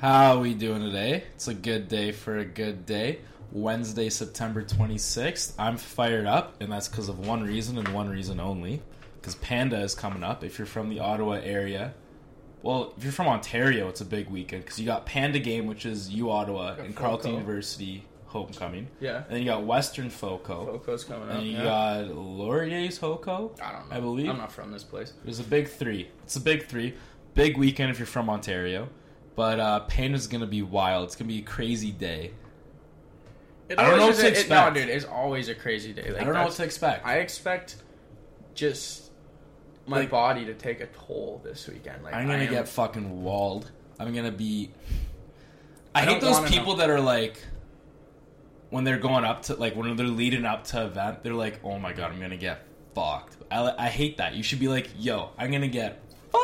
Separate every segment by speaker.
Speaker 1: How we doing today? It's a good day for a good day. Wednesday, September 26th. I'm fired up, and that's because of one reason and one reason only. Because Panda is coming up. If you're from the Ottawa area, well, if you're from Ontario, it's a big weekend because you got Panda Game, which is U Ottawa
Speaker 2: Got
Speaker 1: and Carleton
Speaker 2: Foco.
Speaker 1: University homecoming,
Speaker 2: Yeah.
Speaker 1: and then you got Western Foco,
Speaker 2: Foco's coming
Speaker 1: and
Speaker 2: up.
Speaker 1: then you
Speaker 2: yeah.
Speaker 1: got Laurier's Hoco.
Speaker 2: I don't know.
Speaker 1: I believe.
Speaker 2: I'm not from this place.
Speaker 1: There's a big three. It's a big three. Big weekend if you're from Ontario. But uh, Panda's going to be wild. It's going to be a crazy day.
Speaker 2: It
Speaker 1: I don't know
Speaker 2: always
Speaker 1: what to
Speaker 2: is a- it-
Speaker 1: expect.
Speaker 2: no, dude, it's always a crazy day. Like,
Speaker 1: I don't know what
Speaker 2: that's-
Speaker 1: to expect.
Speaker 2: I expect just my
Speaker 1: Like-
Speaker 2: body to take a toll this weekend. Like
Speaker 1: I'm going
Speaker 2: I
Speaker 1: to
Speaker 2: am-
Speaker 1: get fucking walled. I'm going to be. I,
Speaker 2: I
Speaker 1: hate
Speaker 2: don't
Speaker 1: those
Speaker 2: wanna
Speaker 1: people that are like, when they're going up to, like, when they're leading up to event, they're like, oh my God, I'm going to get fucked. I, I hate that. You should be like, yo, I'm going to get fucked.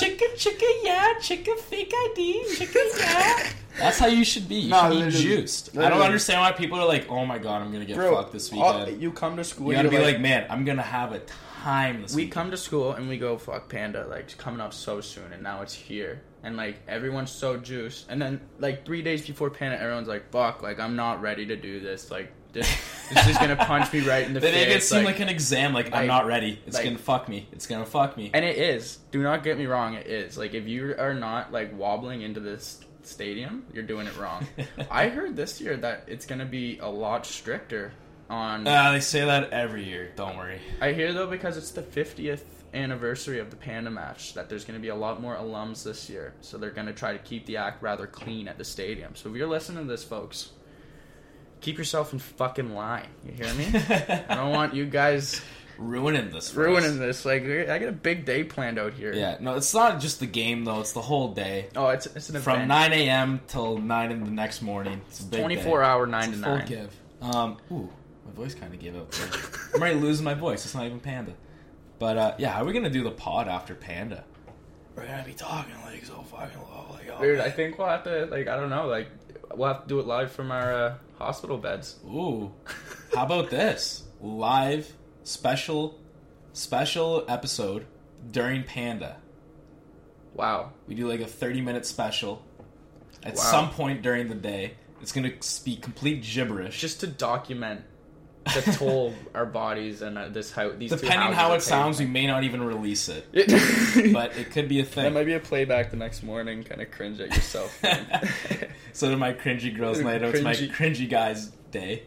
Speaker 1: Chicka, chicka, yeah, chicka, fake ID, chicka, yeah. That's how you should be. You
Speaker 2: No,
Speaker 1: should be
Speaker 2: literally.
Speaker 1: juiced. I don't
Speaker 2: Literally.
Speaker 1: understand why people are like, "Oh my god, I'm gonna get
Speaker 2: Bro,
Speaker 1: fucked this
Speaker 2: all-
Speaker 1: weekend."
Speaker 2: you come to school.
Speaker 1: you gotta
Speaker 2: you're
Speaker 1: be like, "Man, I'm gonna have a time this
Speaker 2: we
Speaker 1: weekend."
Speaker 2: come to school and we go fuck panda like it's coming up so soon and now it's here and like everyone's so juiced and then like three days before panda everyone's like fuck like i'm not ready to do this like this this is gonna punch me right in the
Speaker 1: They
Speaker 2: face
Speaker 1: make it seem like,
Speaker 2: like-
Speaker 1: an exam. Like, I'm
Speaker 2: like-
Speaker 1: not ready. It's
Speaker 2: like-
Speaker 1: gonna fuck me. It's gonna fuck me.
Speaker 2: and it is do not get me wrong it is like if you are not like wobbling into this stadium you're doing it wrong i heard this year that it's gonna be a lot stricter on
Speaker 1: Ah, they say that every year. Don't worry.
Speaker 2: I hear though because it's the 50th anniversary of the Panda match that there's going to be a lot more alums this year, so they're going to try to keep the act rather clean at the stadium. So if you're listening to this, folks, keep yourself in fucking line. You hear me? I don't want you guys
Speaker 1: ruining this. for us.
Speaker 2: ruining this. Like I got a big day planned out here.
Speaker 1: Yeah, no, it's not just the game though. It's the whole day
Speaker 2: Oh, it's it's an
Speaker 1: from
Speaker 2: event.
Speaker 1: 9 a.m. till 9 in the next morning. It's a big day.
Speaker 2: 24 hour nine
Speaker 1: It's
Speaker 2: to
Speaker 1: a full
Speaker 2: nine.
Speaker 1: give. Um, ooh, my voice kind of gave out. there. I'm already losing my voice. It's not even Panda. But uh, yeah, how are we gonna do the pod after Panda? We're gonna be talking like so fucking low, like oh,
Speaker 2: Dude, I think we'll have to like I don't know like we'll have to do it live from our uh, hospital beds.
Speaker 1: Ooh, how about this live special special episode during Panda?
Speaker 2: Wow.
Speaker 1: We do like a 30 minute special at
Speaker 2: Wow.
Speaker 1: some point during the day. It's gonna be complete gibberish.
Speaker 2: just to document the toll our bodies and uh, this how these two
Speaker 1: depending how it
Speaker 2: houses are
Speaker 1: sounds, we
Speaker 2: taking.
Speaker 1: may not even release it,
Speaker 2: It-
Speaker 1: but it could be a
Speaker 2: that
Speaker 1: thing.
Speaker 2: might be a playback the next morning. Kind of cringe at yourself.
Speaker 1: so to my cringy girls night out, it's my
Speaker 2: Cringy.
Speaker 1: cringy guys day.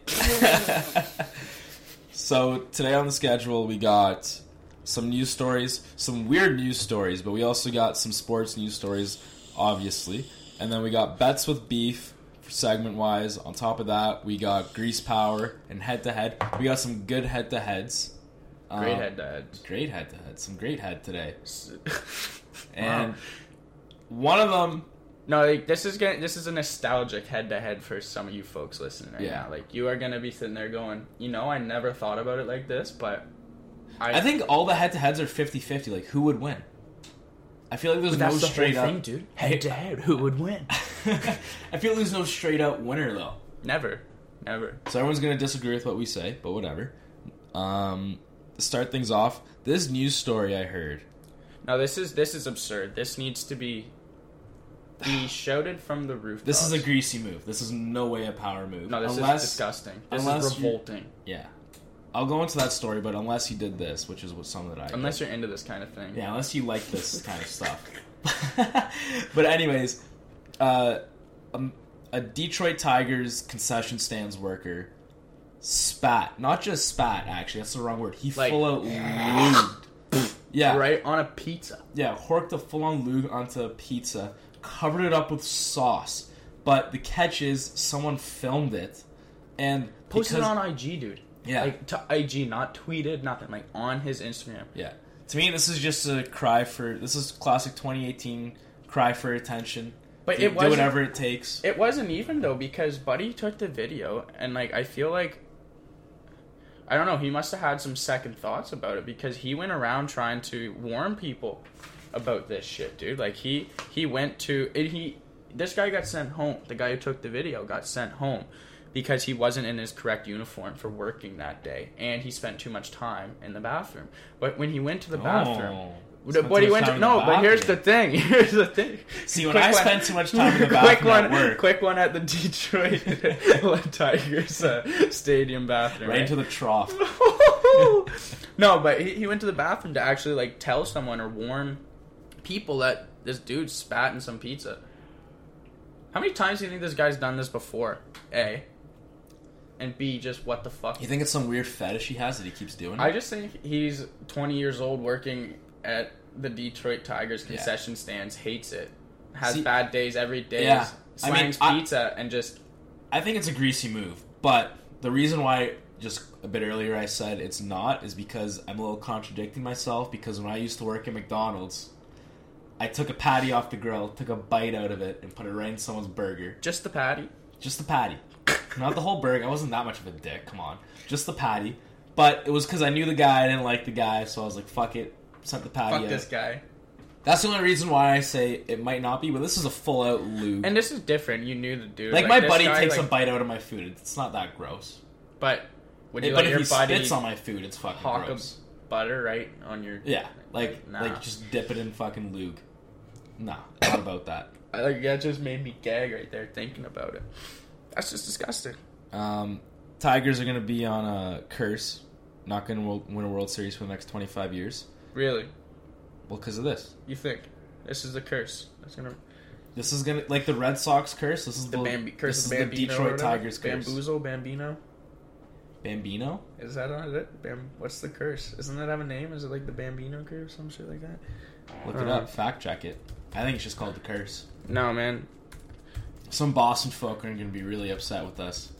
Speaker 1: so today on the schedule we got some news stories, some weird news stories, but we also got some sports news stories, obviously. And then we got bets with beef segment wise. On top of that, we got grease power and head to head. We got some good head to heads. Uh,
Speaker 2: Great head to head.
Speaker 1: Great head to head. Some great head today. And
Speaker 2: And
Speaker 1: one of them
Speaker 2: no, like, this is gonna this is a nostalgic head to head for some of you folks listening right
Speaker 1: Yeah.
Speaker 2: now. Like you are gonna be sitting there going, you know, I never thought about it like this, but I,
Speaker 1: I think all the head to heads are 50 50. Like, who would win? I feel like there's
Speaker 2: that's
Speaker 1: no
Speaker 2: the
Speaker 1: straight
Speaker 2: whole
Speaker 1: up.
Speaker 2: thing, dude. Head to head, who would win?
Speaker 1: I feel there's no straight up winner, though.
Speaker 2: never, never.
Speaker 1: So everyone's going to disagree with what we say, but whatever. Um, to start things off, this news story I heard.
Speaker 2: No, this is this is absurd. This needs to be be shouted from the rooftops.
Speaker 1: This is a greasy move. This is no way a power move.
Speaker 2: no. This
Speaker 1: unless,
Speaker 2: is disgusting. This
Speaker 1: unless
Speaker 2: is
Speaker 1: you-
Speaker 2: revolting.
Speaker 1: Yeah. I'll go into that story, but unless you did this, which is what some that I. did.
Speaker 2: Unless you're into this kind of thing.
Speaker 1: Yeah, unless you like this kind of stuff. but anyways, uh, um, a Detroit Tigers concession stands worker spat, not just spat. Actually, that's the wrong word. He
Speaker 2: Like-
Speaker 1: full out lubed. yeah,
Speaker 2: Right on a pizza.
Speaker 1: yeah, horked a full on lube onto a pizza, covered it up with sauce. But the catch is, someone filmed it and
Speaker 2: Posted
Speaker 1: because-
Speaker 2: on IG, dude.
Speaker 1: Yeah.
Speaker 2: Like to IG, not tweeted, nothing. Like on his Instagram.
Speaker 1: Yeah. To me, this is just a cry for. This is classic 2018 cry for attention.
Speaker 2: But
Speaker 1: do,
Speaker 2: it
Speaker 1: do
Speaker 2: wasn't-
Speaker 1: whatever it takes.
Speaker 2: It wasn't even though because Buddy took the video and like I feel like I don't know, he must have had some second thoughts about it because he went around trying to warn people about this shit, dude. Like he he went to and he this guy got sent home. The guy who took the video got sent home because he wasn't in his correct uniform for working that day and he spent too much time in the bathroom. But when he went to the bathroom,
Speaker 1: Oh. Spend
Speaker 2: but
Speaker 1: too
Speaker 2: he
Speaker 1: much
Speaker 2: went
Speaker 1: time
Speaker 2: to,
Speaker 1: in the
Speaker 2: no. But here's the
Speaker 1: bathroom.
Speaker 2: thing. Here's the thing.
Speaker 1: See, when
Speaker 2: Quick
Speaker 1: I
Speaker 2: one-
Speaker 1: spend too much time in the bathroom
Speaker 2: quick one,
Speaker 1: at work,
Speaker 2: quick one at the Detroit Tigers uh, stadium bathroom.
Speaker 1: right into the trough.
Speaker 2: no, but he, he went to the bathroom to actually like tell someone or warn people that this dude spat in some pizza. How many times do you think this guy's done this before? A. And B, just what the fuck?
Speaker 1: You think it's some weird fetish he has that he keeps doing?
Speaker 2: I
Speaker 1: it?
Speaker 2: just think he's 20 years old working at the Detroit Tigers concession stands, hates it, has
Speaker 1: See-
Speaker 2: bad days every day,
Speaker 1: Yeah. I mean,
Speaker 2: slangs
Speaker 1: I-
Speaker 2: pizza, and just
Speaker 1: I think it's a greasy move, but the reason why just a bit earlier I said it's not is because I'm a little contradicting myself because when I used to work at McDonald's, I took a patty off the grill, took a bite out of it, and put it right in someone's burger.
Speaker 2: just the patty.
Speaker 1: Just the patty. Not the whole burger. I wasn't that much of a dick, come on. Just the patty. But it was because I knew the guy, I didn't like the guy, so I was like, fuck it. Sent the patty
Speaker 2: Fuck
Speaker 1: out.
Speaker 2: this guy.
Speaker 1: That's the only reason why I say it might not be, but this is a full out lube.
Speaker 2: And this is different. You knew the dude.
Speaker 1: like, my
Speaker 2: this
Speaker 1: buddy
Speaker 2: guy,
Speaker 1: takes
Speaker 2: like-
Speaker 1: a bite out of my food. It's not that gross.
Speaker 2: But would
Speaker 1: Hey,
Speaker 2: you
Speaker 1: but
Speaker 2: let
Speaker 1: if
Speaker 2: your
Speaker 1: he
Speaker 2: buddy
Speaker 1: spits on my food, it's fucking
Speaker 2: hawk of
Speaker 1: gross.
Speaker 2: butter right on your?
Speaker 1: Yeah, like
Speaker 2: Nah.
Speaker 1: like just dip it in fucking lube. Nah, not about that.
Speaker 2: I- Like that just made me gag right there thinking about it. That's just disgusting.
Speaker 1: Um, Tigers are gonna be on a curse, not gonna wo- win a World Series for the next twenty five years.
Speaker 2: Really,
Speaker 1: Well, because of this,
Speaker 2: you think this is the curse? That's gonna
Speaker 1: this is gonna like the Red Sox curse. This is
Speaker 2: the
Speaker 1: the,
Speaker 2: Bambi curse.
Speaker 1: This
Speaker 2: of
Speaker 1: is
Speaker 2: Bambino
Speaker 1: the
Speaker 2: or
Speaker 1: Detroit
Speaker 2: whatever?
Speaker 1: Tigers curse.
Speaker 2: Bamboozle Bambino.
Speaker 1: Bambino.
Speaker 2: Is that on it? Bam. What's the curse? Doesn't that have a name? Is it like the Bambino curse or some shit like that?
Speaker 1: Look
Speaker 2: Uh-huh.
Speaker 1: it up. Fact check it. I think it's just called the curse.
Speaker 2: No, man.
Speaker 1: Some Boston folk are gonna be really upset with us.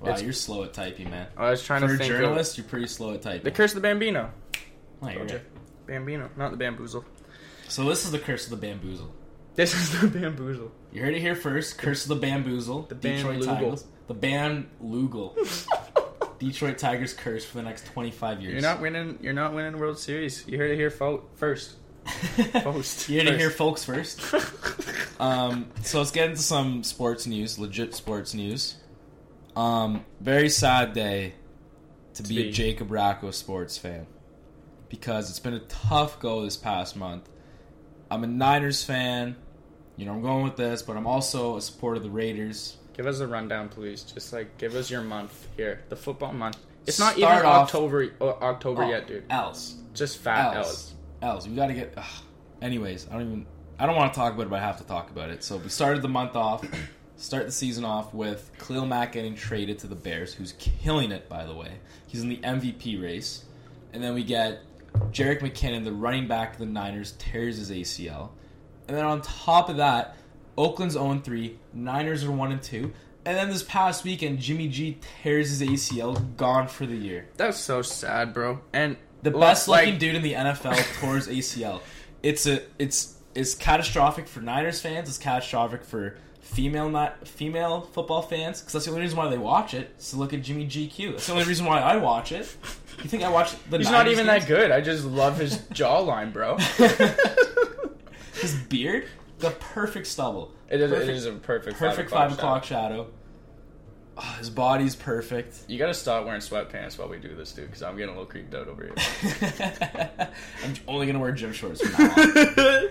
Speaker 1: Wow,
Speaker 2: It's-
Speaker 1: you're slow at typing, man.
Speaker 2: I was trying
Speaker 1: For
Speaker 2: to
Speaker 1: a
Speaker 2: think. of-
Speaker 1: journalist, you're pretty slow at typing.
Speaker 2: the curse of the Bambino.
Speaker 1: Oh, you're
Speaker 2: Told
Speaker 1: right.
Speaker 2: ya. Bambino, not the bamboozle.
Speaker 1: So this is the curse of the bamboozle.
Speaker 2: This is the bamboozle.
Speaker 1: You heard it here first. Curse of the bamboozle.
Speaker 2: The
Speaker 1: Detroit
Speaker 2: Bamlugal.
Speaker 1: Tigers. The Bam Lugal. Detroit Tigers curse for the next 25 years.
Speaker 2: You're not winning. You're not winning World Series. You heard it here fo- first. Post.
Speaker 1: you heard it
Speaker 2: First.
Speaker 1: here, folks. First. Um, so let's get into some sports news. Legit sports news. Um, very sad day to be
Speaker 2: be.
Speaker 1: a Jacob Racco sports fan because it's been a tough go this past month. I'm a Niners fan. You know, I'm going with this, but I'm also a supporter of the Raiders.
Speaker 2: give us a rundown, please. Just like give us your month here, the football month. It's not even
Speaker 1: Start off-
Speaker 2: October. o- October
Speaker 1: Oh,
Speaker 2: yet, dude.
Speaker 1: Else.
Speaker 2: Just fat
Speaker 1: Else.
Speaker 2: L's.
Speaker 1: Else. We got to get. Ugh. Anyways, I don't even. I don't want to talk about it, but I have to talk about it. So we started the month off, start the season off with Khalil Mack getting traded to the Bears, who's killing it, by the way. He's in the MVP race. And then we get Jarek McKinnon, the running back of the Niners, tears his ACL. And then on top of that, Oakland's 0 3, Niners are 1 2. And then this past weekend, Jimmy G tears his ACL, gone for the year.
Speaker 2: That's so sad, bro. And
Speaker 1: The
Speaker 2: look,
Speaker 1: best
Speaker 2: like,
Speaker 1: looking dude in the NFL towards ACL. It's a it's it's catastrophic for Niners fans. It's catastrophic for female not female football fans because that's the only reason why they watch it. Is to look at Jimmy GQ. That's the only reason why I watch it. You think I watch the?
Speaker 2: He's not
Speaker 1: Niners
Speaker 2: even
Speaker 1: games?
Speaker 2: that good. I just love his jawline, bro.
Speaker 1: His beard, the perfect stubble,
Speaker 2: It is,
Speaker 1: Perfect-
Speaker 2: it is a perfect
Speaker 1: perfect
Speaker 2: five o'clock.
Speaker 1: five
Speaker 2: shot.
Speaker 1: o'clock shadow. Ah, his body's perfect.
Speaker 2: You gotta stop wearing sweatpants while we do this, dude, because I'm getting a little creeped out over
Speaker 1: I'm only gonna wear gym shorts from now on.
Speaker 2: here.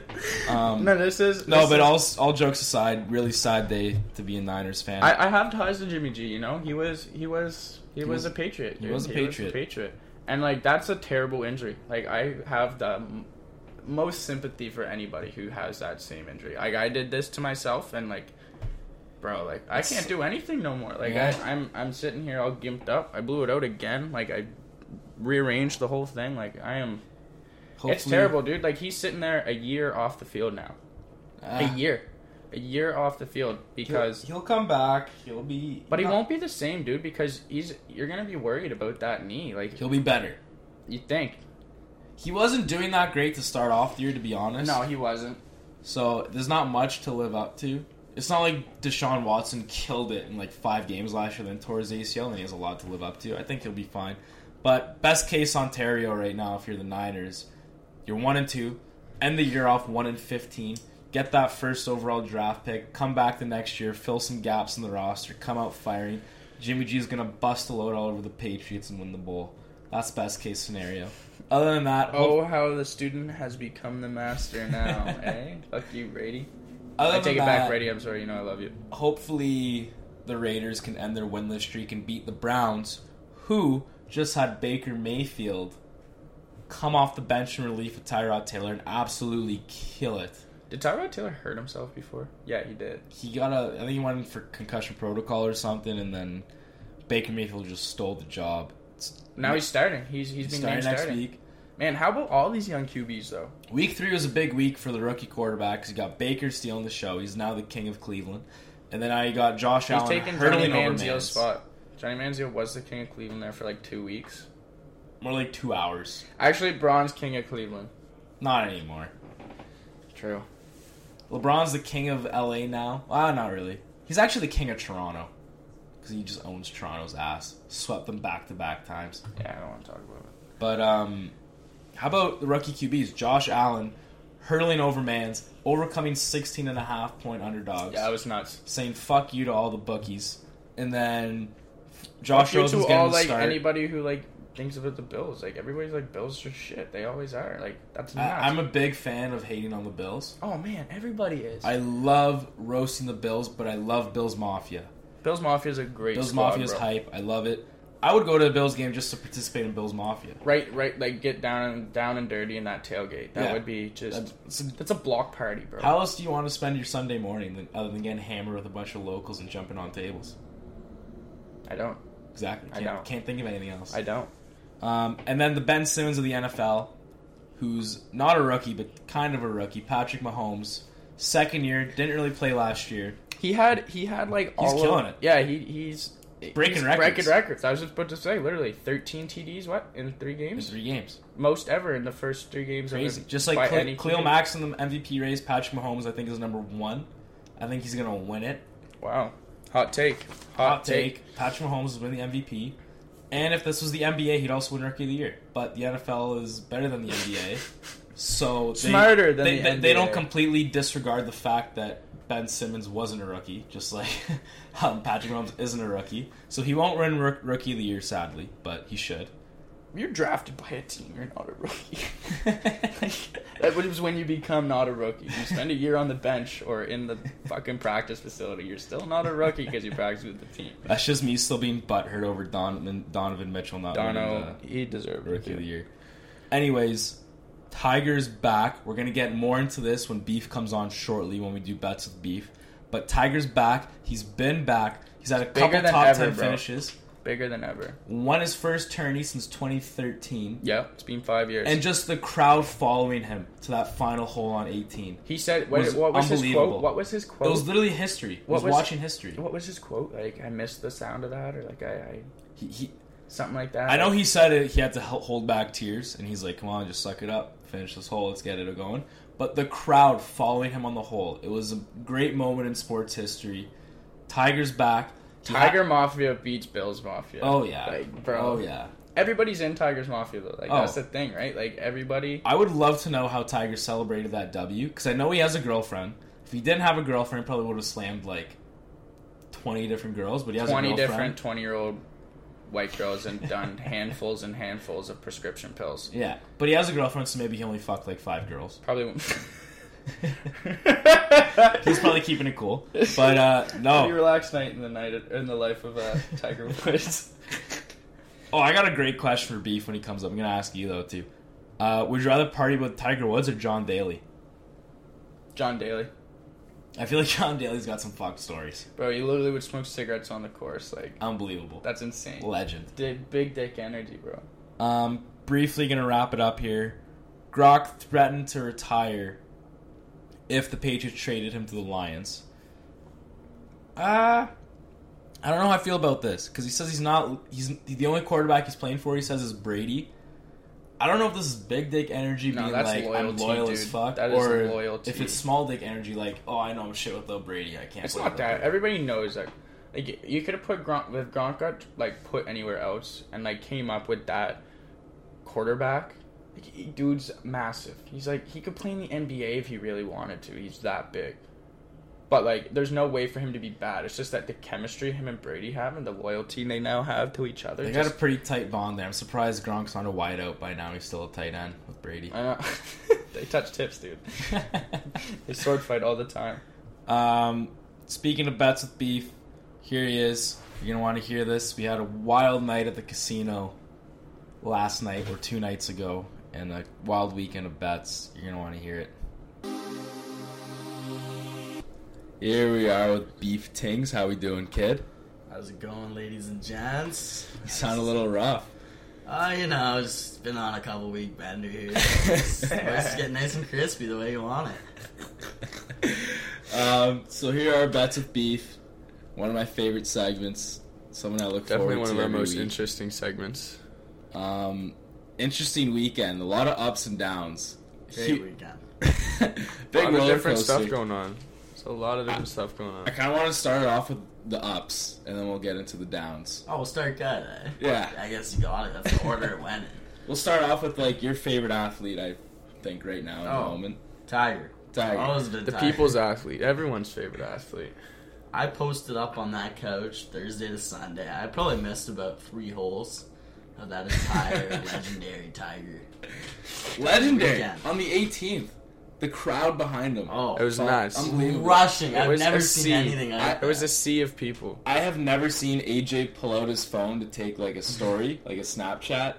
Speaker 1: Um,
Speaker 2: no, this is
Speaker 1: No,
Speaker 2: this
Speaker 1: but
Speaker 2: is-
Speaker 1: all all jokes aside, really sad day to be a Niners fan.
Speaker 2: I, I have ties to Jimmy G. You know, he was he was he, was,
Speaker 1: was-
Speaker 2: a patriot.
Speaker 1: he
Speaker 2: dude.
Speaker 1: was a Patriot.
Speaker 2: patriot, and like that's a terrible injury. Like I have the m- most sympathy for anybody who has that same injury. Like I did this to myself, and like, bro, like I can't do anything no more. Like
Speaker 1: Yeah.
Speaker 2: I, I'm I'm sitting here all gimped up. I blew it out again. Like I rearranged the whole thing. Like I am. It's
Speaker 1: Hopefully-
Speaker 2: terrible, dude. Like he's sitting there a year off the field now.
Speaker 1: Ah,
Speaker 2: a year, a year off the field
Speaker 1: he'll-
Speaker 2: because.
Speaker 1: he'll, come back. He'll be,
Speaker 2: But he
Speaker 1: no,
Speaker 2: won't be the same, dude, because he's you're gonna be worried about that knee. Like
Speaker 1: He'll be better.
Speaker 2: you think?
Speaker 1: He wasn't doing that great to start off the year, to be honest.
Speaker 2: No, he wasn't.
Speaker 1: So there's not much to live up to. It's not like Deshaun Watson killed it in like five games last year, then tore his ACL, and he has a lot to live up to. I think he'll be fine. But best case Ontario right now, if you're the Niners, you're one and two, end the year off one and fifteen. Get that first overall draft pick. Come back the next year, fill some gaps in the roster. Come out firing. Jimmy G is gonna bust a load all over the Patriots and win the bowl. That's best case scenario. Other than that,
Speaker 2: Oh, how the student has become the master now, eh? Fuck you, Brady.
Speaker 1: other
Speaker 2: I take it
Speaker 1: than
Speaker 2: back,
Speaker 1: that,
Speaker 2: Brady. I'm sorry. You know I love you.
Speaker 1: hopefully the Raiders can end their winless streak and beat the Browns, who just had Baker Mayfield come off the bench in relief of Tyrod Taylor and absolutely kill it.
Speaker 2: Did Tyrod Taylor hurt himself before? Yeah, he did.
Speaker 1: He got a, I think he went in for concussion protocol or something, and then Baker Mayfield just stole the job. It's-
Speaker 2: Now he's starting. He's he's been
Speaker 1: starting
Speaker 2: named
Speaker 1: next
Speaker 2: starting.
Speaker 1: week.
Speaker 2: Man, how about all these young QBs though?
Speaker 1: Week three was a big week for the rookie quarterbacks. You got Baker stealing the show. He's now the king of Cleveland. And then now you got Josh
Speaker 2: He's
Speaker 1: Allen
Speaker 2: taking Johnny
Speaker 1: hurtling over
Speaker 2: Manziel's
Speaker 1: Mans.
Speaker 2: spot. Johnny Manziel was the king of Cleveland there for like two weeks.
Speaker 1: More like two hours.
Speaker 2: Actually, Braun's king of Cleveland.
Speaker 1: Not anymore.
Speaker 2: True.
Speaker 1: LeBron's the king of LA now. Ah, not really. He's actually the king of Toronto because he just owns Toronto's ass. Swept them back to back times.
Speaker 2: Yeah, I don't want to talk about it.
Speaker 1: But um, how about the rookie QBs? Josh Allen hurling over Mans, overcoming 16 and a half point underdogs,
Speaker 2: Yeah, that was nuts.
Speaker 1: saying "fuck you" to all the bookies, and then Josh
Speaker 2: Fuck you
Speaker 1: Rosen's
Speaker 2: to all
Speaker 1: getting the
Speaker 2: like
Speaker 1: start.
Speaker 2: anybody who like thinks about the Bills. Like everybody's like Bills are shit. They always are. Like that's nuts.
Speaker 1: I- I'm a big fan of hating on the Bills.
Speaker 2: oh man, everybody is.
Speaker 1: I love roasting the Bills, but I love Bills Mafia.
Speaker 2: Bills Mafia is a great.
Speaker 1: Bills
Speaker 2: squad,
Speaker 1: Mafia's
Speaker 2: bro.
Speaker 1: hype. I love it. I would go to a Bills game just to participate in Bills Mafia.
Speaker 2: Right, right. Like get down and down and dirty in that tailgate. That
Speaker 1: Yeah.
Speaker 2: would be just.
Speaker 1: That's-
Speaker 2: That's a block party, bro.
Speaker 1: How else do you want to spend your Sunday morning than, other than getting hammered with a bunch of locals and jumping on tables?
Speaker 2: I don't.
Speaker 1: Exactly.
Speaker 2: I
Speaker 1: Can't,
Speaker 2: don't.
Speaker 1: can't think of anything else.
Speaker 2: I don't.
Speaker 1: um, and then the Ben Simmons of the NFL, who's not a rookie, but kind of a rookie. Patrick Mahomes, second year, didn't really play last year.
Speaker 2: He had he had like all of-
Speaker 1: killing it.
Speaker 2: Yeah, he he's
Speaker 1: Breaking
Speaker 2: he's
Speaker 1: records.
Speaker 2: Breaking records. I was just about to say, literally thirteen TDs. What in three
Speaker 1: In
Speaker 2: games?
Speaker 1: three games.
Speaker 2: Most ever in the first three games. of
Speaker 1: Crazy.
Speaker 2: the-
Speaker 1: Just
Speaker 2: by
Speaker 1: like
Speaker 2: any
Speaker 1: Cle- Cleo
Speaker 2: team.
Speaker 1: Max in the MVP race, Patrick Mahomes, I think, is number one. I think he's going to win it.
Speaker 2: Wow. Hot take. Hot,
Speaker 1: hot
Speaker 2: take.
Speaker 1: take. Patrick Mahomes would win the MVP. And if this was the NBA, he'd also win Rookie of the Year. But the NFL is better than the NBA, so they,
Speaker 2: Smarter than
Speaker 1: they,
Speaker 2: the
Speaker 1: they, they don't
Speaker 2: NBA.
Speaker 1: completely disregard the fact that Ben Simmons wasn't a rookie, just like um, Patrick Mahomes isn't a rookie. So he won't win Rook- Rookie of the Year, sadly, but he should.
Speaker 2: You're drafted by a team. You're not a rookie. that was when you become not a rookie. You spend a year on the bench or in the fucking practice facility. You're still not a rookie because you practice with the team.
Speaker 1: That's just me still being butthurt over Donovan, Donovan Mitchell not winning the,
Speaker 2: Dono, he deserved
Speaker 1: Rookie of the
Speaker 2: it.
Speaker 1: Year. Anyways, Tiger's back. We're gonna get more into this when Beef comes on shortly when we do bets with Beef. But Tiger's back. He's been back. He's had a
Speaker 2: Bigger
Speaker 1: couple
Speaker 2: than
Speaker 1: top
Speaker 2: ever,
Speaker 1: ten
Speaker 2: bro.
Speaker 1: finishes.
Speaker 2: Bigger than ever.
Speaker 1: Won his first tourney since 2013,
Speaker 2: Yeah, it's been five years.
Speaker 1: and just the crowd following him to that final hole on 18.
Speaker 2: He said, "What
Speaker 1: was
Speaker 2: was, what was his
Speaker 1: unbelievable.
Speaker 2: quote? What was his
Speaker 1: It
Speaker 2: quote?
Speaker 1: was literally history. It
Speaker 2: What
Speaker 1: was,
Speaker 2: was-
Speaker 1: watching history.
Speaker 2: what was his quote? Like, I missed the sound of that, or like, I, I
Speaker 1: He, he,
Speaker 2: something like that.
Speaker 1: I know he said it. He had to hel- hold back tears, and he's like, "Come on, just suck it up, finish this hole, let's get it going." But the crowd following him on the hole, it was a great moment in sports history. Tiger's back. He ha-
Speaker 2: Tiger Mafia beats Bills Mafia.
Speaker 1: oh yeah,
Speaker 2: like bro.
Speaker 1: Oh yeah.
Speaker 2: Everybody's in Tiger's Mafia though. Like
Speaker 1: Oh.
Speaker 2: that's the thing, right? Like everybody.
Speaker 1: I would love to know how Tiger celebrated that W because I know he has a girlfriend. If he didn't have a girlfriend, he probably would have slammed like twenty different girls. But he has
Speaker 2: Twenty
Speaker 1: a girlfriend.
Speaker 2: different twenty-year-old white girls and done handfuls and handfuls of prescription pills.
Speaker 1: Yeah, but he has a girlfriend, so maybe he only fucked like five girls.
Speaker 2: Probably. won't-
Speaker 1: He's probably keeping it cool. But uh no,
Speaker 2: Pretty relaxed night in the night in the life of uh, Tiger Woods.
Speaker 1: Oh, I got a great question for Beef when he comes up. I'm gonna ask you though too. Uh, would you rather party with Tiger Woods or John Daly?
Speaker 2: John Daly.
Speaker 1: I feel like John Daly's got some fucked stories.
Speaker 2: Bro, you literally would smoke cigarettes on the course. Like,
Speaker 1: Unbelievable,
Speaker 2: that's insane.
Speaker 1: legend.
Speaker 2: Did big dick energy, bro.
Speaker 1: Um, briefly gonna wrap it up here. Grock threatened to retire if the Patriots traded him to the Lions. Uh I don't know how I feel about this because he says he's not. He's the only quarterback he's playing for. He says is Brady. I don't know if this is big dick energy
Speaker 2: No,
Speaker 1: being
Speaker 2: that's
Speaker 1: like I'm
Speaker 2: loyalty,
Speaker 1: loyal
Speaker 2: dude.
Speaker 1: as fuck,
Speaker 2: That is
Speaker 1: or
Speaker 2: loyalty.
Speaker 1: if it's small dick energy, like oh I know I'm shit without Brady, I can't.
Speaker 2: It's
Speaker 1: play
Speaker 2: not
Speaker 1: without
Speaker 2: that.
Speaker 1: Brady.
Speaker 2: Everybody knows that. Like, you could have put Gronk, if Gronk got, like, put anywhere else and, like, came up with that quarterback, like, he- dude's massive. He's like, he could play in the NBA if he really wanted to. He's that big. But like, there's no way for him to be bad. It's just that the chemistry him and Brady have and the loyalty they now have to each other.
Speaker 1: They got a
Speaker 2: just,
Speaker 1: pretty tight bond there. I'm surprised Gronk's not a wideout by now. He's still a tight end with Brady.
Speaker 2: I know. they touch tips, dude. They sword fight all the time.
Speaker 1: Um, speaking of bets with beef, here he is. You're gonna want to hear this. We had a wild night at the casino last night or two nights ago, and a wild weekend of bets. You're gonna want to hear it. Here we are with Beef Tings. How we doing, kid?
Speaker 3: How's it going, ladies and gents?
Speaker 1: You sound a little rough.
Speaker 3: Uh, you know, I've just been on a couple week bender here. It's it's getting nice and crispy the way you want it.
Speaker 1: um, so here are bets with beef. One of my favorite segments. Someone I look
Speaker 2: Definitely
Speaker 1: forward
Speaker 2: one
Speaker 1: to
Speaker 2: of our
Speaker 1: every
Speaker 2: most
Speaker 1: week.
Speaker 2: interesting segments.
Speaker 1: Um, interesting weekend. A lot of ups and downs.
Speaker 3: Great
Speaker 1: Hu-
Speaker 3: weekend.
Speaker 2: a
Speaker 1: Big
Speaker 2: lot of
Speaker 1: roller
Speaker 2: different
Speaker 1: coaster.
Speaker 2: stuff going on. There's a lot of different stuff going
Speaker 1: I
Speaker 2: on.
Speaker 1: kind of want to start it off with the ups, and then we'll get into the downs.
Speaker 3: Oh, we'll start good. Eh?
Speaker 1: Yeah.
Speaker 3: I guess you got it. That's the order it went in.
Speaker 1: We'll start off with like your favorite athlete. I think right now at the
Speaker 3: Oh.
Speaker 1: moment,
Speaker 3: Tiger.
Speaker 1: Tiger.
Speaker 3: Always been
Speaker 2: The
Speaker 3: Tiger.
Speaker 2: people's athlete, everyone's favorite athlete.
Speaker 3: I posted up on that couch Thursday to Sunday. I probably missed about three holes of that entire legendary Tiger.
Speaker 1: Legendary
Speaker 3: Weekend.
Speaker 1: on the 18th. The crowd behind him.
Speaker 3: Oh,
Speaker 2: It was
Speaker 1: Oh,
Speaker 2: nuts.
Speaker 1: unbelievable.
Speaker 3: rushing.
Speaker 2: It
Speaker 3: I've
Speaker 2: was a
Speaker 3: never seen
Speaker 2: scene.
Speaker 3: anything like
Speaker 1: I-
Speaker 3: that.
Speaker 2: It was a sea of people.
Speaker 1: I have never seen AJ pull out his phone to take like a story, like a Snapchat.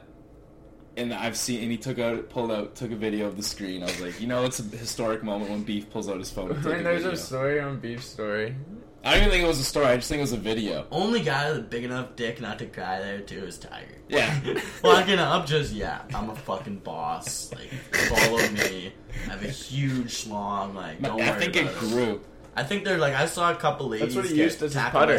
Speaker 1: And I've seen, and he took out, pulled out, took a video of the screen. I was like, you know, it's a historic moment when Beef pulls out his phone. To take a
Speaker 2: there's
Speaker 1: video.
Speaker 2: a story on Beef Story.
Speaker 1: I don't even think it was a story. I just think it was a video.
Speaker 3: Only guy with a big enough dick not to cry there too is Tiger.
Speaker 1: Yeah.
Speaker 3: Fucking up, just yeah. I'm a fucking boss. Like, follow me. I have a huge schlong. Like, don't
Speaker 1: I
Speaker 3: worry
Speaker 1: think it
Speaker 3: about it.
Speaker 1: grew.
Speaker 3: I think they're like, I saw a couple
Speaker 2: That's
Speaker 3: ladies
Speaker 2: what he
Speaker 3: get
Speaker 2: used as his
Speaker 3: tackled by
Speaker 2: putter.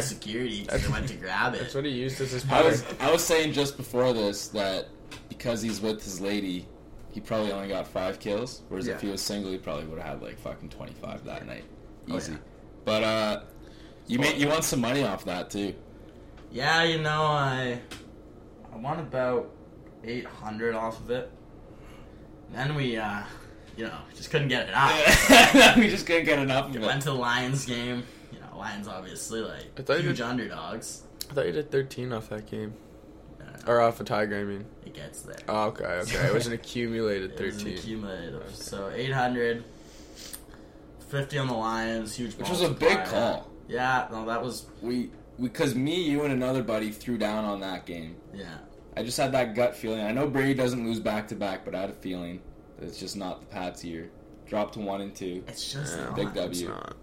Speaker 3: security because
Speaker 2: That's-
Speaker 3: they went to grab
Speaker 2: That's
Speaker 3: it.
Speaker 2: what he used as his
Speaker 1: I
Speaker 2: power.
Speaker 1: was I was saying just before this that because he's with his lady, he probably only got five kills. Whereas if
Speaker 2: Yeah.
Speaker 1: he was single, he probably would have had like fucking twenty five that night,
Speaker 3: Oh,
Speaker 1: easy.
Speaker 3: yeah.
Speaker 1: But uh, you made, you won some money off that too.
Speaker 3: Yeah, you know, I I won about 800 off of it. Then we, uh, you know, just couldn't get it out.
Speaker 1: we just couldn't get enough of
Speaker 3: Went
Speaker 1: it.
Speaker 3: to the Lions game. You know, Lions obviously like
Speaker 2: I thought you
Speaker 3: huge
Speaker 2: did-
Speaker 3: underdogs.
Speaker 2: I thought you did 13 off that game.
Speaker 3: I don't know,
Speaker 2: Or off a Tiger, I mean.
Speaker 3: it gets there.
Speaker 2: Oh, okay, okay. It was an accumulated
Speaker 3: It was an
Speaker 2: 13.
Speaker 3: accumulative. So 800, 50 on the Lions, huge.
Speaker 1: Which was a big
Speaker 3: multiplier.
Speaker 1: call.
Speaker 3: Yeah, no, that was
Speaker 1: We because me, you, and another buddy threw down on that game.
Speaker 3: yeah.
Speaker 1: I just had that gut feeling. I know Brady doesn't lose back to back, but I had a feeling that it's just not the Pats' year. Dropped to one and two.
Speaker 3: It's just
Speaker 2: Yeah.
Speaker 3: not.
Speaker 1: Big W.
Speaker 2: It's not.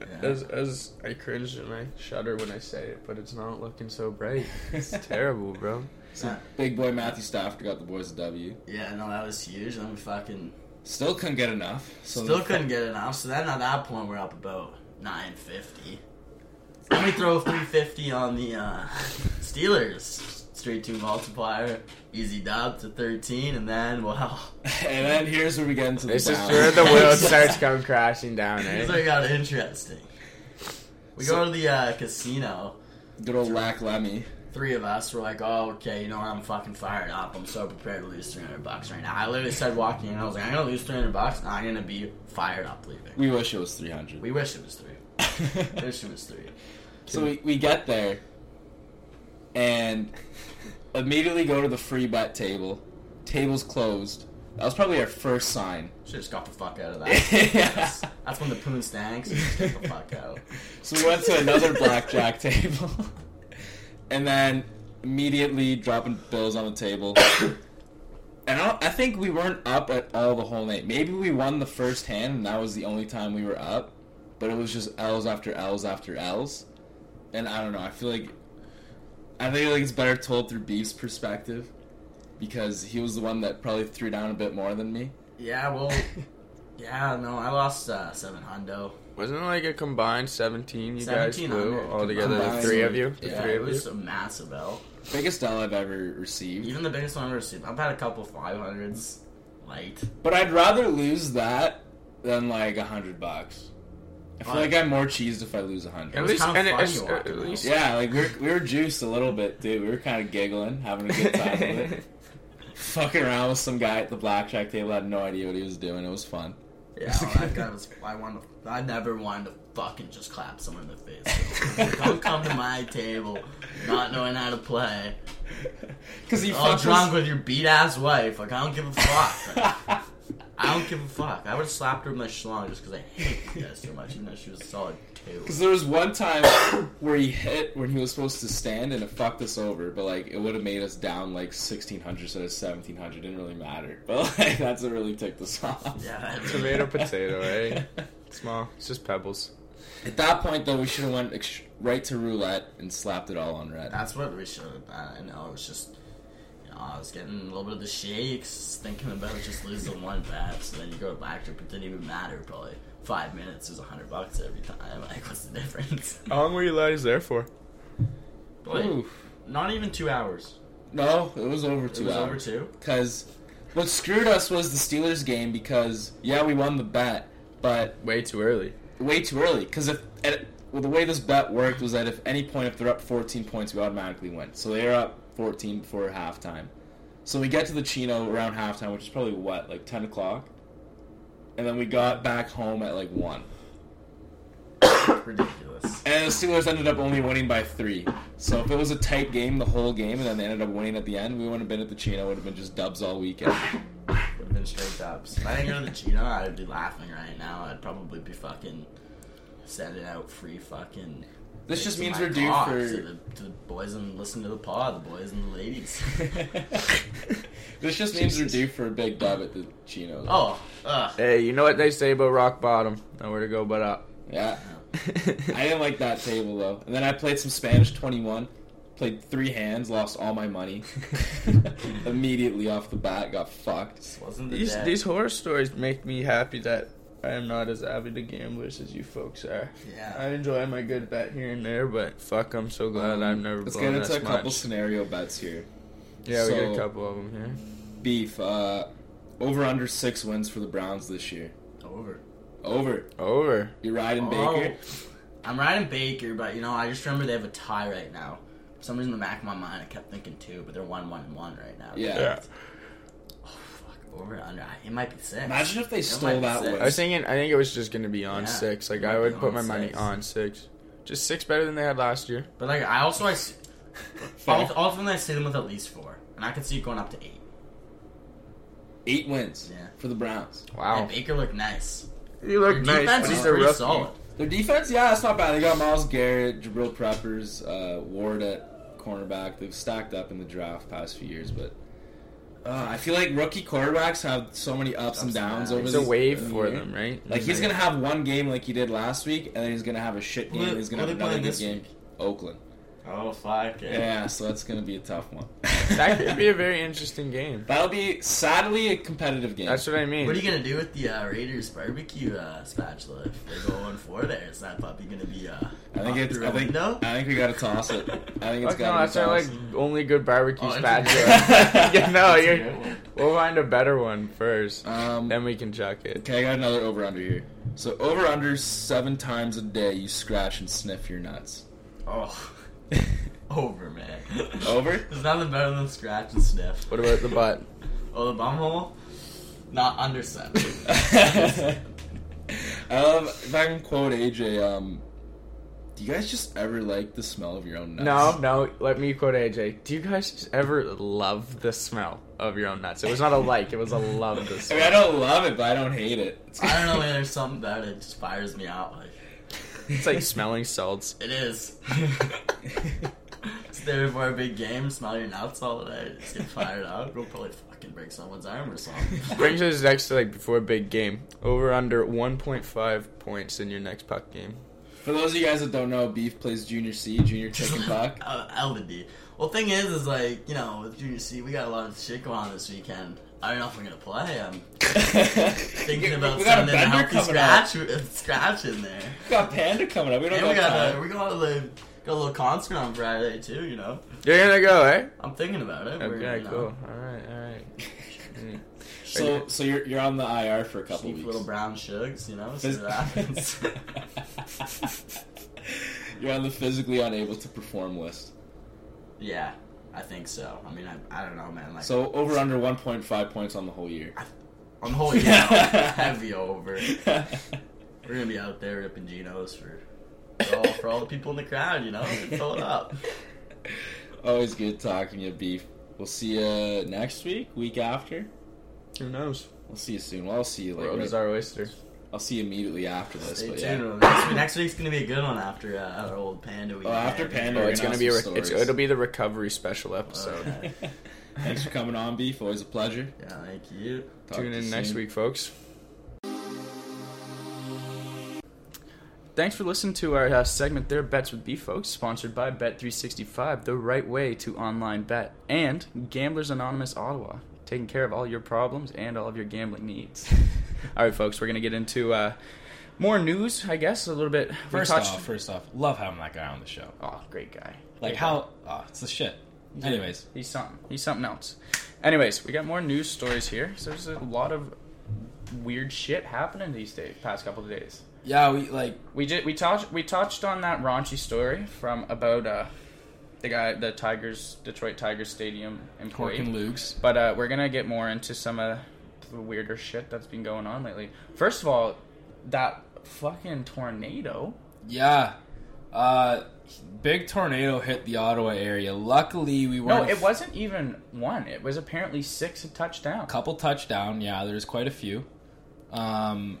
Speaker 3: Yeah.
Speaker 2: As, as I cringe and I shudder when I say it, but it's not looking so bright. It's terrible, bro.
Speaker 1: So
Speaker 3: Yeah.
Speaker 1: big boy Matthew Stafford got the boys a W.
Speaker 3: Yeah, no, that was huge. Then we fucking
Speaker 1: Still couldn't get enough. So
Speaker 3: still couldn't get enough. So then at that point we're up about 950. Let me throw 350 on the uh, Steelers. Straight to multiplier, easy dub to 13, and then well,
Speaker 1: And then here's where we get into the
Speaker 2: This is
Speaker 1: down.
Speaker 2: where the world starts coming crashing down,
Speaker 3: Things
Speaker 2: eh?
Speaker 3: like got interesting. We go to the uh, casino.
Speaker 1: good old Lack Lemmy.
Speaker 3: Three of us were like, "Oh, okay, you know what? I'm fucking fired up. I'm so prepared to lose 300 bucks right now." I literally said walking in, I was like, "I'm gonna lose 300 bucks, and I'm gonna be fired up leaving."
Speaker 1: We wish it was 300.
Speaker 3: We wish it was three. Wish it was three.
Speaker 1: so we, we get there and immediately go to the free bet table. Table's closed. That was probably our first sign.
Speaker 3: Should have just got the fuck out of that.
Speaker 1: Yeah.
Speaker 3: That's, that's when the poon stanks. Just get the fuck out.
Speaker 1: So we went to another blackjack table, and then immediately dropping bills on the table. And I, don't, I think we weren't up at all the whole night. Maybe we won the first hand, and that was the only time we were up. But it was just L's after L's after L's, and I don't know. I feel like I think like it's better told through Beef's perspective because he was the one that probably threw down a bit more than me.
Speaker 3: Yeah, well, yeah, no, I lost uh, seven hundo.
Speaker 2: Wasn't it like a combined 17 you guys
Speaker 3: 17
Speaker 2: flew
Speaker 3: on it.
Speaker 2: all together? The
Speaker 1: Combined.
Speaker 2: three of you? The
Speaker 3: Yeah,
Speaker 2: three
Speaker 3: it
Speaker 2: of you?
Speaker 3: was a massive L.
Speaker 1: Biggest L I've ever received.
Speaker 3: Even the biggest one I've ever seen. I've had a couple 500s. Light.
Speaker 1: But I'd rather lose that than like a hundred bucks. I feel
Speaker 3: Right.
Speaker 1: like I'm more cheesed if I lose a
Speaker 3: It
Speaker 1: hundred.
Speaker 3: was
Speaker 2: least-
Speaker 3: kind of
Speaker 2: and it-
Speaker 3: funny
Speaker 2: it's-
Speaker 3: walking
Speaker 2: at
Speaker 3: out.
Speaker 2: least-
Speaker 1: Yeah, like we were, we were juiced a little bit, dude. We were kind of giggling, having a good time
Speaker 3: eh?
Speaker 1: with it. Fucking around with some guy at the blackjack table, had no idea what he was doing. It was fun.
Speaker 3: Yeah, that guy was. I want to. I never wanted to fucking just clap someone in the face. Don't come to my table, not knowing how to play,
Speaker 4: Because he
Speaker 3: all
Speaker 4: fucking
Speaker 3: Oh, drunk with your beat ass wife. Like I don't give a fuck. Like, I don't give a fuck. I would have slapped her with my schlong just because I hate you guys so much, even though she was a solid two.
Speaker 1: Because there was one time where he hit when he was supposed to stand and it fucked us over, but like it would have made us down like 1600 instead of 1700. Didn't really matter. But like that's what really ticked us off.
Speaker 3: Yeah, that's
Speaker 2: Tomato, potato, eh? Small. It's just pebbles.
Speaker 1: At that point though, we should have went ex- right to roulette and slapped it all on red.
Speaker 3: That's what we should have done. I know it was just, you know, I was getting a little bit of the shakes, thinking about just losing one bet. So then you go to blackjack, but it didn't even matter. Probably five minutes is a hundred bucks every time. Like, what's the difference?
Speaker 2: How long were you guys there for?
Speaker 3: Like,
Speaker 1: Oof.
Speaker 3: not even two hours.
Speaker 1: No, it was over
Speaker 3: It
Speaker 1: two
Speaker 3: was
Speaker 1: hours.
Speaker 3: over two.
Speaker 1: Because what screwed us was the Steelers game because, yeah, we won the bet, but
Speaker 2: Way too early.
Speaker 1: way too early. Because if at, well, the way this bet worked was that if any point, if they're up 14 points, we automatically win. So they are up 14 before halftime. So we get to the Chino around halftime, which is probably what, like 10 o'clock? And then we got back home at like 1.
Speaker 3: Ridiculous.
Speaker 1: And the Steelers ended up only winning by 3. So if it was a tight game the whole game and then they ended up winning at the end, we wouldn't have been at the Chino, would have been just dubs all weekend.
Speaker 3: Would have been straight ups. If I didn't go to the Chino, I'd be laughing right now. I'd probably be fucking sending out free fucking.
Speaker 1: This just means
Speaker 3: things to my
Speaker 1: we're due
Speaker 3: dogs,
Speaker 1: for.
Speaker 3: to the, to the boys and listen to the pod, the boys and the ladies.
Speaker 1: this just means we're due for a big dub at the Chinos.
Speaker 3: oh, ugh.
Speaker 2: Hey, you know what they say about rock bottom? Nowhere to go but up.
Speaker 1: Yeah. I didn't like that table though. And then I played some Spanish 21, played three hands, lost all my money. Immediately off the bat, got fucked.
Speaker 3: This wasn't the
Speaker 2: these
Speaker 3: day.
Speaker 2: these horror stories make me happy that I am not as avid a gambler as you folks are. I
Speaker 3: Yeah.
Speaker 2: enjoy my good bet here and there, but fuck, I'm so glad I've never
Speaker 1: Let's
Speaker 2: blown
Speaker 1: get into a
Speaker 2: this
Speaker 1: couple
Speaker 2: much.
Speaker 1: scenario bets here.
Speaker 2: Yeah, we got
Speaker 1: so-
Speaker 2: a couple of them here.
Speaker 1: Beef, uh, over under six wins for the Browns this year.
Speaker 3: Over.
Speaker 1: Over.
Speaker 2: Over.
Speaker 1: You're riding Baker.
Speaker 3: I'm riding Baker, but you know, I just remember they have a tie right now. For some reason in the back of my mind I kept thinking two, but they're one one and one right now.
Speaker 1: Yeah.
Speaker 3: Fuck, over under. It might be six.
Speaker 1: Imagine if they
Speaker 3: be
Speaker 1: stole that
Speaker 3: six.
Speaker 1: one.
Speaker 2: I was thinking, I think it was just gonna be on
Speaker 3: Yeah,
Speaker 2: six. Like
Speaker 3: it
Speaker 2: I
Speaker 3: might
Speaker 2: would
Speaker 3: be
Speaker 2: put
Speaker 3: on
Speaker 2: my money
Speaker 3: six.
Speaker 2: on six. Just six better than they had last year.
Speaker 3: But like I also I see ult- ultimately I see them with at least four. And I could see it going up to eight.
Speaker 1: Eight wins
Speaker 3: Yeah.
Speaker 1: for the Browns.
Speaker 2: Wow,
Speaker 3: And Baker looked nice.
Speaker 2: you
Speaker 3: Their
Speaker 2: look
Speaker 3: defense
Speaker 2: but
Speaker 3: is
Speaker 2: he's a
Speaker 3: pretty
Speaker 2: rookie.
Speaker 3: solid.
Speaker 1: Their defense, yeah, it's not bad. They got Miles Garrett, Jabril Preppers, uh, Ward at cornerback. They've stacked up in the draft past few years, but uh, I feel like rookie quarterbacks have so many ups and
Speaker 3: Ups and
Speaker 1: downs
Speaker 3: downs.
Speaker 1: over
Speaker 2: It's a
Speaker 1: these-
Speaker 2: wave
Speaker 1: the
Speaker 2: for
Speaker 1: year.
Speaker 2: them, right?
Speaker 1: Like he's gonna have one game like he did last week, and then he's gonna have a shit game.
Speaker 3: Who-
Speaker 1: and he's gonna
Speaker 3: who
Speaker 1: have
Speaker 3: they
Speaker 1: another
Speaker 3: playing
Speaker 1: good
Speaker 3: this
Speaker 1: game. Oakland,
Speaker 3: Oh fuck
Speaker 1: yeah, so that's gonna be a tough one.
Speaker 2: that could be a very interesting game.
Speaker 1: That'll be sadly a competitive game.
Speaker 2: That's what I mean.
Speaker 3: What are you gonna do with the uh, Raiders barbecue uh, spatula if they go on four there? Is that puppy gonna be uh
Speaker 1: I think
Speaker 3: up
Speaker 1: it's.
Speaker 3: through
Speaker 1: I
Speaker 3: a
Speaker 1: think.
Speaker 3: window?
Speaker 1: I think we gotta toss it. I think it's
Speaker 2: Fuck no,
Speaker 1: gotta
Speaker 2: that's our like
Speaker 1: be
Speaker 2: only good barbecue
Speaker 3: Oh, it's a
Speaker 2: spatula.
Speaker 1: good-
Speaker 2: yeah, no,
Speaker 3: That's a
Speaker 2: you're,
Speaker 3: good one.
Speaker 2: we'll find a better one first,
Speaker 1: tossed. Um,
Speaker 2: then we can chuck it.
Speaker 1: Okay, I got another over under here. So over under seven times a day you scratch and sniff your nuts.
Speaker 3: Oh, over, man.
Speaker 1: Over?
Speaker 3: There's nothing better than scratch and sniff.
Speaker 2: What about the butt?
Speaker 3: Oh, the bum hole? Not under seven.
Speaker 1: I love Um, if I can quote AJ. Um, do you guys just ever like the smell of your own
Speaker 2: No,
Speaker 1: nuts?
Speaker 2: no. Let me quote AJ. Do you guys just ever love the smell of your own nuts? It was not a like. It was a love. The
Speaker 1: I
Speaker 2: smell.
Speaker 1: mean, I don't love it, but I don't hate it. It's
Speaker 3: I don't know, man. There's something about it. just fires me out. Like
Speaker 2: It's like smelling salts.
Speaker 3: it is. it's there before a big game. Smell your nuts all day. Just get fired up. We'll probably fucking break someone's arm or something.
Speaker 2: Brings us next to like before a big game. Over under 1.5 points in your next puck game.
Speaker 1: For those of you guys that don't know, Beef plays Junior C, Junior Chicken Buck.
Speaker 3: Uh, L to D. Well, thing is, is like you know, with Junior C, we got a lot of shit going on this weekend. I don't know if we're gonna play. I'm thinking about
Speaker 1: we got a
Speaker 3: sending a
Speaker 1: bender
Speaker 3: healthy
Speaker 1: coming
Speaker 3: scratch, scratch in there.
Speaker 1: up. We got Panda coming up. We don't
Speaker 3: And
Speaker 1: got,
Speaker 3: we got a
Speaker 1: time.
Speaker 3: we got a little, got a little concert on Friday too. You know,
Speaker 2: You're gonna go, eh?
Speaker 3: I'm thinking about it. We're,
Speaker 2: Okay,
Speaker 3: you know,
Speaker 2: cool. All right, all right. Mm.
Speaker 1: So, so you're you're on the IR for a couple
Speaker 3: sneak
Speaker 1: weeks.
Speaker 3: little brown shugs. You know, see
Speaker 1: Phys-
Speaker 3: what happens.
Speaker 1: You're on the physically unable to perform list.
Speaker 3: yeah, I think so. I mean, I, I don't know, man. Like,
Speaker 1: So over under 1.5 points on the whole year.
Speaker 3: I'm holding out heavy over. We're gonna be out there ripping Genos for for all, for all the people in the crowd. You know, fill it up.
Speaker 5: Always good talking to you, Beef. We'll see you next week, week after.
Speaker 2: Who knows?
Speaker 5: We'll see you soon. Well, I'll see you like
Speaker 2: World
Speaker 5: right-
Speaker 2: is our oyster.
Speaker 5: I'll see you immediately after this.
Speaker 3: Stay
Speaker 5: but
Speaker 3: tuned.
Speaker 5: yeah.
Speaker 3: Next, next week's gonna be a good one after uh, our old Panda. We
Speaker 5: Oh, after
Speaker 3: had.
Speaker 5: Panda,
Speaker 2: Oh, it's
Speaker 5: we're
Speaker 2: gonna
Speaker 5: have
Speaker 2: be a
Speaker 5: some
Speaker 2: rec- it's,
Speaker 5: stories.
Speaker 2: it'll be the recovery special episode.
Speaker 3: Uh,
Speaker 5: Thanks for coming on, Beef. Always a pleasure.
Speaker 3: yeah, thank you.
Speaker 5: Talk
Speaker 2: Tune
Speaker 5: to you
Speaker 2: in next
Speaker 5: soon.
Speaker 2: week, folks. Thanks for listening to our uh, segment there, Bets with Beef, folks, sponsored by Bet365, the right way to online bet, and Gamblers Anonymous Ottawa, taking care of all your problems and all of your gambling needs. all right, folks, we're going to get into uh, more news, I guess, a little bit. We
Speaker 1: First
Speaker 2: touched-
Speaker 1: off, first off, love having that guy on the show.
Speaker 2: Oh, great guy.
Speaker 1: Like
Speaker 2: Great
Speaker 1: how? Oh, it's the shit. Anyways,
Speaker 2: He's something. He's something else. Anyways, we got more news stories here. So there's a lot of weird shit happening these days, past couple of days.
Speaker 1: yeah, we like
Speaker 2: We did. We touched. We touched on that raunchy story from about uh, the guy, the Tigers, Detroit Tigers stadium employee.
Speaker 1: Cork and Luke's.
Speaker 2: But uh, we're gonna get more into some of the weirder shit that's been going on lately. First of all, that fucking tornado.
Speaker 1: Yeah. Uh, big tornado hit the Ottawa area. Luckily, we
Speaker 2: No,
Speaker 1: weren't.
Speaker 2: it wasn't even one. It was apparently six touchdowns.
Speaker 1: couple touchdown. Yeah, there's quite a few. Um,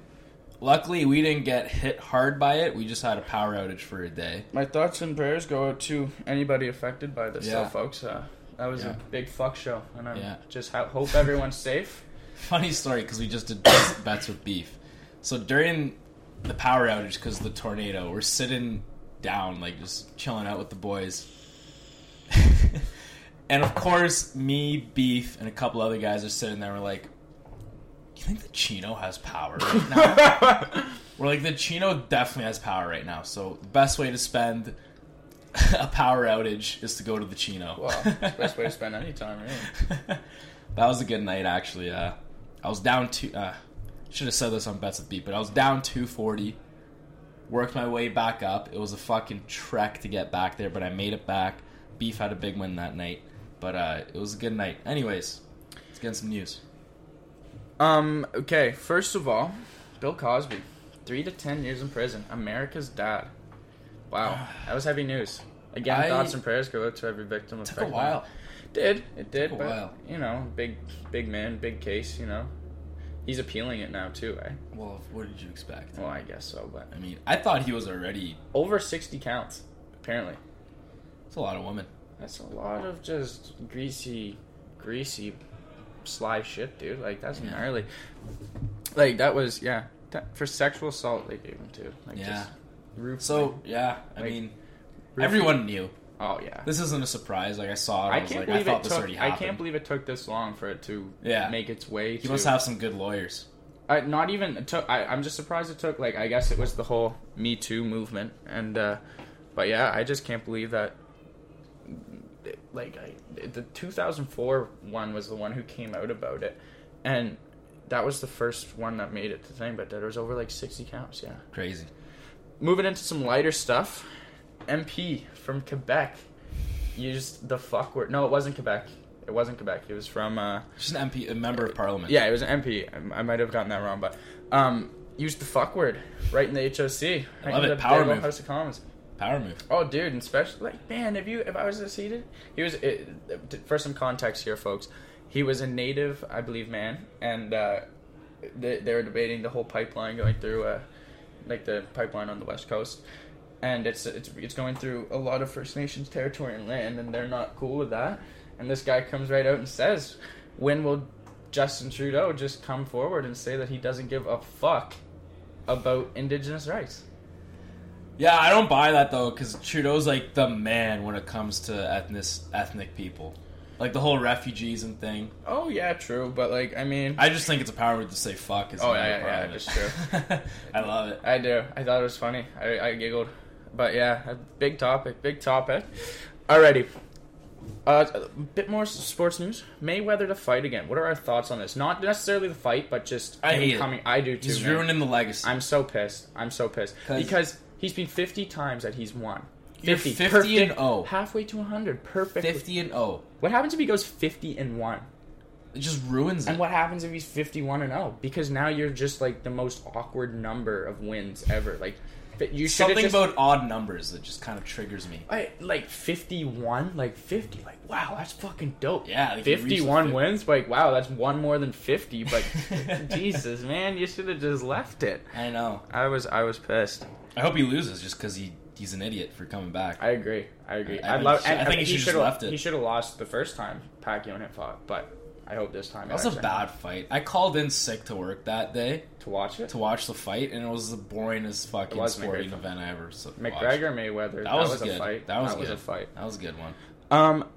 Speaker 1: luckily, we didn't get hit hard by it. We just had a power outage for a day.
Speaker 2: My thoughts and prayers go out to anybody affected by this,
Speaker 1: Yeah.
Speaker 2: stuff, folks. Uh, that was
Speaker 1: Yeah.
Speaker 2: a big fuck show, and I
Speaker 1: Yeah.
Speaker 2: just ho- hope everyone's safe.
Speaker 1: Funny story because we just did bets, bets with beef. So during the power outage because of the tornado, we're sitting down, like just chilling out with the boys. and of course, me, beef, and a couple other guys are sitting there. We're like, "You think the Chino has power right now?" We're like, the Chino definitely has power right now. So the best way to spend a power outage is to go to the Chino.
Speaker 2: Well, it's the best way to spend any time, really.
Speaker 1: that was a good night, actually. Uh, I was down two. Uh, should have said this on bets with beat, but I was down two forty. Worked my way back up. It was a fucking trek to get back there, but I made it back. Beef had a big win that night, but uh, it was a good night. Anyways, let's get some news.
Speaker 2: Um, okay, first of all, Bill Cosby, three to ten years in prison. America's dad. Wow, that was heavy news. Again,
Speaker 1: Ah. I-
Speaker 2: thoughts and prayers go out to every victim.
Speaker 1: Took a
Speaker 2: affected.
Speaker 1: while.
Speaker 2: Did it did?
Speaker 1: Took a
Speaker 2: but,
Speaker 1: while.
Speaker 2: You know, big big man, big case. You know, he's appealing it now too. Eh?
Speaker 1: Well, what did you expect?
Speaker 2: Well, I guess so, but
Speaker 1: I mean, I thought he was already.
Speaker 2: over sixty counts apparently.
Speaker 1: It's a lot of women.
Speaker 2: That's a lot of just greasy, greasy, sly shit, dude. Like that's
Speaker 1: Yeah.
Speaker 2: gnarly. Like that was yeah. That, for sexual assault, they gave him too. Like,
Speaker 1: Yeah.
Speaker 2: Just roof,
Speaker 1: So yeah, I
Speaker 2: Like,
Speaker 1: mean,
Speaker 2: roof-
Speaker 1: everyone knew.
Speaker 2: Oh yeah.
Speaker 1: This isn't a surprise. Like I saw it. I,
Speaker 2: I
Speaker 1: was
Speaker 2: can't
Speaker 1: like, I
Speaker 2: believe
Speaker 1: thought
Speaker 2: it
Speaker 1: this
Speaker 2: took.
Speaker 1: already
Speaker 2: I
Speaker 1: happened.
Speaker 2: can't believe it took this long for it to
Speaker 1: Yeah.
Speaker 2: make its way.
Speaker 1: he
Speaker 2: to,
Speaker 1: must have some good lawyers.
Speaker 2: I, Uh, not even it took. I, I'm just surprised it took. Like I guess it was the whole Me Too movement, and uh, but yeah, I just can't believe that. Like I, the 2004 one was the one who came out about it, and that was the first one that made it to thing. But there was over like 60 counts. Yeah.
Speaker 1: Crazy.
Speaker 2: Moving into some lighter stuff, MP from Quebec used the fuck word. No, it wasn't Quebec. It wasn't Quebec. It was from. Uh,
Speaker 1: Just an MP, a member of parliament.
Speaker 2: yeah, it was an MP. I, I might have gotten that wrong, but um, used the fuck word right in the HOC. Right
Speaker 1: love
Speaker 2: in
Speaker 1: it.
Speaker 2: The
Speaker 1: Power
Speaker 2: big ol'
Speaker 1: move.
Speaker 2: House of Commons.
Speaker 1: Power move.
Speaker 2: Oh, dude, and especially like, man, if you if I was seated, he was it, for some context here, folks. He was a native, I believe, man, and uh, they, they were debating the whole pipeline going through, uh, like the pipeline on the west coast, and it's it's it's going through a lot of First Nations territory and land, and they're not cool with that. And this guy comes right out and says, "When will Justin Trudeau just come forward and say that he doesn't give a fuck about Indigenous rights?"
Speaker 1: Yeah, I don't buy that though, because Trudeau's like the man when it comes to ethnic ethnic people, like the whole refugees and thing.
Speaker 2: Oh yeah, true, but like I mean,
Speaker 1: I just think it's a power move to say fuck. Is
Speaker 2: Oh,
Speaker 1: a
Speaker 2: yeah,
Speaker 1: member of
Speaker 2: yeah,
Speaker 1: Parliament. I love it.
Speaker 2: I do. I thought it was funny. I, I giggled. But yeah, a big topic, big topic. Alrighty. Uh, a bit more s- sports news. Mayweather to fight again. What are our thoughts on this? Not necessarily the fight, but just
Speaker 1: I
Speaker 2: him
Speaker 1: hate it.
Speaker 2: coming. I do too.
Speaker 1: He's
Speaker 2: man.
Speaker 1: ruining the legacy.
Speaker 2: I'm so pissed. I'm so pissed
Speaker 1: 'Cause-
Speaker 2: because he's been 50 times that he's won.
Speaker 1: You're
Speaker 2: 50,
Speaker 1: 50
Speaker 2: perfect,
Speaker 1: and 0.
Speaker 2: halfway to 100, perfect.
Speaker 1: Fifty and oh.
Speaker 2: What happens if he goes 50 and one?
Speaker 1: It just ruins it.
Speaker 2: And what happens if he's 51 and 0? Because now you're just like the most awkward number of wins ever. Like that you should
Speaker 1: Something
Speaker 2: just,
Speaker 1: about odd numbers that just kind of triggers me.
Speaker 2: I- like 51, like 50. Like wow, that's fucking dope.
Speaker 1: Yeah, like, you reach the
Speaker 2: 51
Speaker 1: fif-
Speaker 2: wins. Like wow, that's one more than 50, but Jesus, man, you should have just left it.
Speaker 1: I know.
Speaker 2: I was I was pissed.
Speaker 1: I hope he loses just because he he's an idiot for coming back.
Speaker 2: I agree. I agree.
Speaker 1: I- I
Speaker 2: I,
Speaker 1: think
Speaker 2: love.
Speaker 1: he should-
Speaker 2: And,
Speaker 1: I think he should've
Speaker 2: should have
Speaker 1: left it.
Speaker 2: He should have lost the first time Pacquiao and fought, but I hope this time. it
Speaker 1: That was a
Speaker 2: actually-
Speaker 1: bad fight. I called in sick to work that day
Speaker 2: to watch it.
Speaker 1: to watch the fight, and it was the boringest fucking
Speaker 2: was
Speaker 1: sporting
Speaker 2: McGregor.
Speaker 1: event I ever saw.
Speaker 2: McGregor Mayweather. That,
Speaker 1: That was,
Speaker 2: was,
Speaker 1: good.
Speaker 2: a fight.
Speaker 1: That was, good.
Speaker 2: a fight.
Speaker 1: That was a good one.
Speaker 2: Um,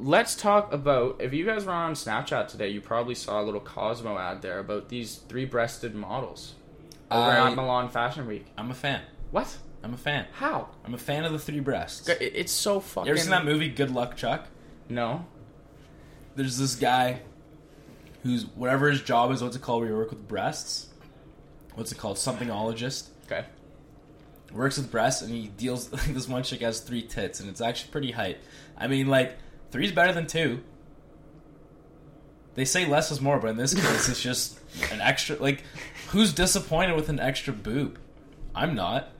Speaker 2: let's talk about if you guys were on Snapchat today, you probably saw a little Cosmo ad there about these three-breasted models over
Speaker 1: I-
Speaker 2: at Milan Fashion Week.
Speaker 1: I'm a fan.
Speaker 2: What?
Speaker 1: I'm a fan.
Speaker 2: How?
Speaker 1: I'm a fan of the three breasts.
Speaker 2: It- It's so
Speaker 1: You
Speaker 2: fucking.
Speaker 1: ever seen that movie Good Luck Chuck?
Speaker 2: No.
Speaker 1: There's this guy who's whatever his job is. What's it called? Where you work with breasts. What's it called? Somethingologist.
Speaker 2: Okay.
Speaker 1: works with breasts and he deals this one chick has three tits and it's actually pretty hype. I mean like three's better than two. They say less is more, but in this case it's just an extra like who's disappointed with an extra boob? I'm not.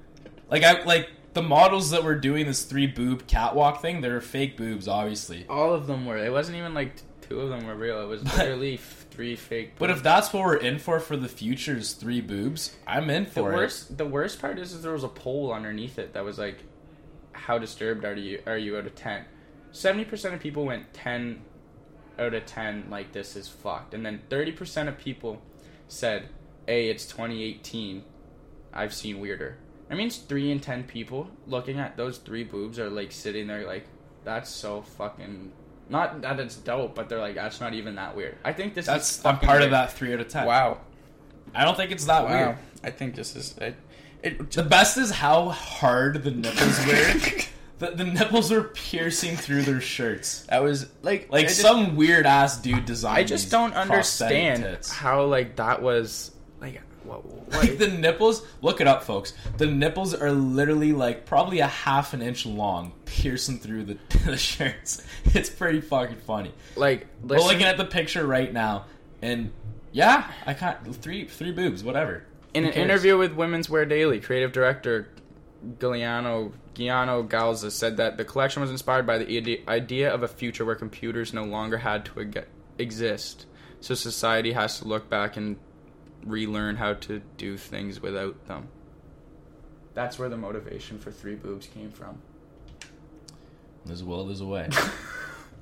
Speaker 1: Like I like the models that were doing this three boob catwalk thing, they're fake boobs obviously.
Speaker 2: All of them were. It wasn't even like t- two of them were real. It was literally f- three fake.
Speaker 1: But if that's what we're in for for the future is three boobs, I'm in
Speaker 2: the
Speaker 1: for it.
Speaker 2: worst, the worst part is, is there was a poll underneath it that was like, "How disturbed are you? Are you out of 10? Seventy percent of people went ten out of ten, like this is fucked, and then thirty percent of people said, "Hey, it's 2018. I've seen weirder." That means three in ten people looking at those three boobs are like sitting there like, "That's so fucking." Not that it's dope, but they're like, that's not even that weird. I think this is
Speaker 1: That's I'm
Speaker 2: fucking
Speaker 1: part of
Speaker 2: weird.
Speaker 1: that three out of ten.
Speaker 2: Wow.
Speaker 1: I don't think it's that
Speaker 2: Wow.
Speaker 1: weird.
Speaker 2: I think this is it. it
Speaker 1: The best is how hard the nipples were. the, the nipples were piercing through their shirts.
Speaker 2: That was like
Speaker 1: Like
Speaker 2: I just,
Speaker 1: some weird ass dude designed.
Speaker 2: I just
Speaker 1: these
Speaker 2: don't
Speaker 1: prosthetic
Speaker 2: understand
Speaker 1: tits.
Speaker 2: how like that was like what,
Speaker 1: Like
Speaker 2: what
Speaker 1: the nipples, look it up, folks. The nipples are literally like probably a half an inch long, piercing through the, the shirts. It's pretty fucking funny.
Speaker 2: like
Speaker 1: We're
Speaker 2: listen,
Speaker 1: looking at the picture right now, and yeah, I can't three three boobs, whatever.
Speaker 2: in
Speaker 1: who
Speaker 2: an
Speaker 1: cares?
Speaker 2: interview with Women's Wear Daily, creative director Giuliano Giano Galza said that the collection was inspired by the ide- idea of a future where computers no longer had to eg- exist, so society has to look back and relearn how to do things without them. That's where the motivation for three boobs came from.
Speaker 1: There's a will, there's a way.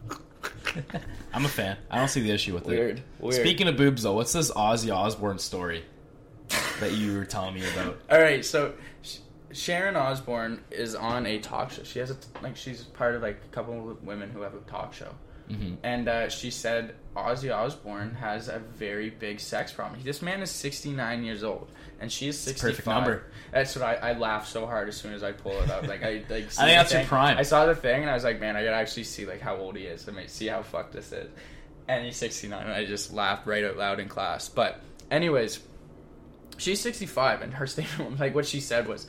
Speaker 1: I'm a fan. I don't see the issue with it.
Speaker 2: Weird. Weird.
Speaker 1: Speaking of boobs, though, what's this Ozzy Osbourne story that you were telling me about?
Speaker 2: All right, so Sh- Sharon Osbourne is on a talk show. She has a t- like she's part of like a couple of women who have a talk show,
Speaker 1: Mhm.
Speaker 2: and uh, she said Ozzy Osbourne has a very big sex problem. He- This man is sixty nine years old, and she is
Speaker 1: It's a
Speaker 2: sixty five.
Speaker 1: perfect number.
Speaker 2: That's what I, I laughed so hard as soon as I pull it up. Like I like. see
Speaker 1: I think
Speaker 2: the
Speaker 1: that's your
Speaker 2: thing.
Speaker 1: prime.
Speaker 2: I saw the thing and I was like, man, I gotta actually see like how old he is. I mean, see how fucked this is. And he's sixty nine, and I just laughed right out loud in class. But anyways. She's 65, and her statement, like what she said was,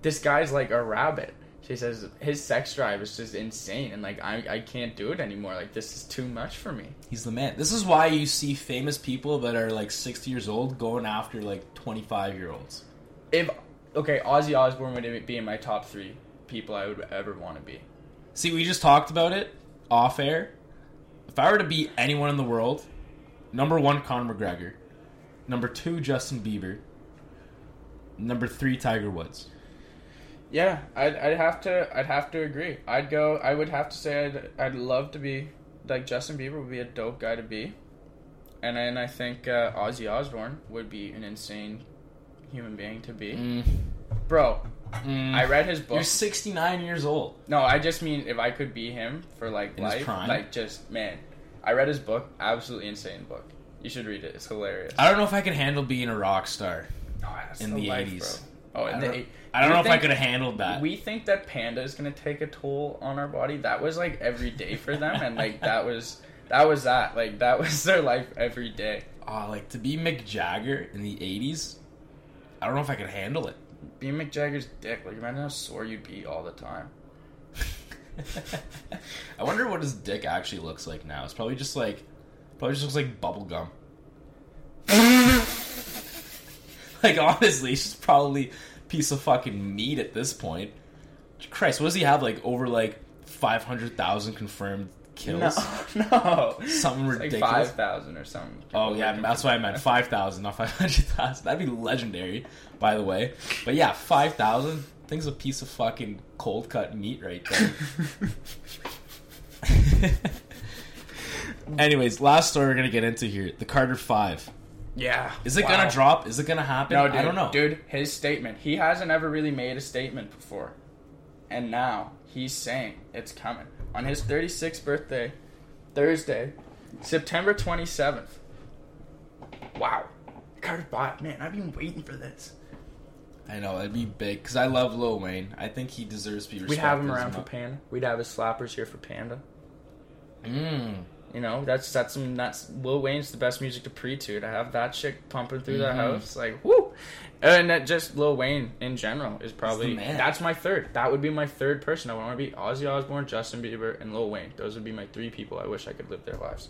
Speaker 2: "This guy's like a rabbit." She says his sex drive is just insane, and like I, I can't do it anymore. Like this is too much for me.
Speaker 1: He's the man. This is why you see famous people that are like 60 years old going after like 25 year olds.
Speaker 2: If okay, Ozzy Osbourne would be in my top three people I would ever want to be.
Speaker 1: See, we just talked about it off air. If I were to be anyone in the world, number one, Conor McGregor. Number two, Justin Bieber. Number three, Tiger Woods.
Speaker 2: Yeah, I'd, I'd have to I'd have to agree. I'd go. I would have to say I'd I'd love to be like Justin Bieber would be a dope guy to be, and then I think uh, Ozzy Osbourne would be an insane human being to be.
Speaker 1: Mm,
Speaker 2: Bro,
Speaker 1: mm.
Speaker 2: I read his book.
Speaker 1: You're 69 years old.
Speaker 2: No, I just mean if I could be him for like
Speaker 1: In his
Speaker 2: life,
Speaker 1: prime?
Speaker 2: like just man. I read his book, absolutely insane book. You should read it. It's hilarious. Oh,
Speaker 1: I don't know if I could handle being a rock star. Uh, in the
Speaker 2: life,
Speaker 1: 80s.
Speaker 2: bro. Oh,
Speaker 1: I
Speaker 2: in
Speaker 1: don't,
Speaker 2: the
Speaker 1: know,
Speaker 2: eight-
Speaker 1: I don't
Speaker 2: you
Speaker 1: know if I
Speaker 2: think-
Speaker 1: could have handled that.
Speaker 2: We think that panda is gonna take a toll on our body. That was like every day for them, and like that was that was that. Like that was their life every day.
Speaker 1: Aw, uh, like to be Mick Jagger in the '80s, I don't know if I could handle it.
Speaker 2: Being Mick Jagger's dick. Like imagine how sore you'd be all the time.
Speaker 1: I wonder what his dick actually looks like now. It's probably just like Probably just looks like bubble gum. like honestly, she's probably a piece of fucking meat at this point. Christ, what does he have? Like over like five hundred thousand confirmed kills.
Speaker 2: No, no.
Speaker 1: Something
Speaker 2: It's like
Speaker 1: ridiculous.
Speaker 2: five thousand or something.
Speaker 1: Oh yeah, that's what I meant. Five thousand, not five hundred thousand. That'd be legendary, by the way. But yeah, five thousand. Thing's a piece of fucking cold cut meat right there. Anyways, last story we're gonna get into here: the Carter Five.
Speaker 2: yeah.
Speaker 1: Is it
Speaker 2: Wow.
Speaker 1: gonna drop? Is it gonna happen?
Speaker 2: No, dude,
Speaker 1: I don't know.
Speaker 2: Dude, his statement. He hasn't ever really made a statement before. And now he's saying it's coming. On his 36th birthday, Thursday, September 27th. Wow. Carter Bot, man, I've been waiting for this.
Speaker 1: I know that'd be big because I love Lil Wayne. I think he deserves to be.
Speaker 2: We'd
Speaker 1: respected
Speaker 2: have him
Speaker 1: as
Speaker 2: around
Speaker 1: an
Speaker 2: for
Speaker 1: up-
Speaker 2: Panda. We'd have his slappers here for Panda.
Speaker 1: Mm.
Speaker 2: You know, that's that's some that's Lil Wayne's the best music to pre to to have that shit pumping through the
Speaker 1: Mhm.
Speaker 2: house like whoo, and that just Lil Wayne in general is probably
Speaker 1: man.
Speaker 2: that's my third. That would be my third person. I want to be Ozzy Osbourne, Justin Bieber, and Lil Wayne. Those would be my three people. I wish I could live their lives.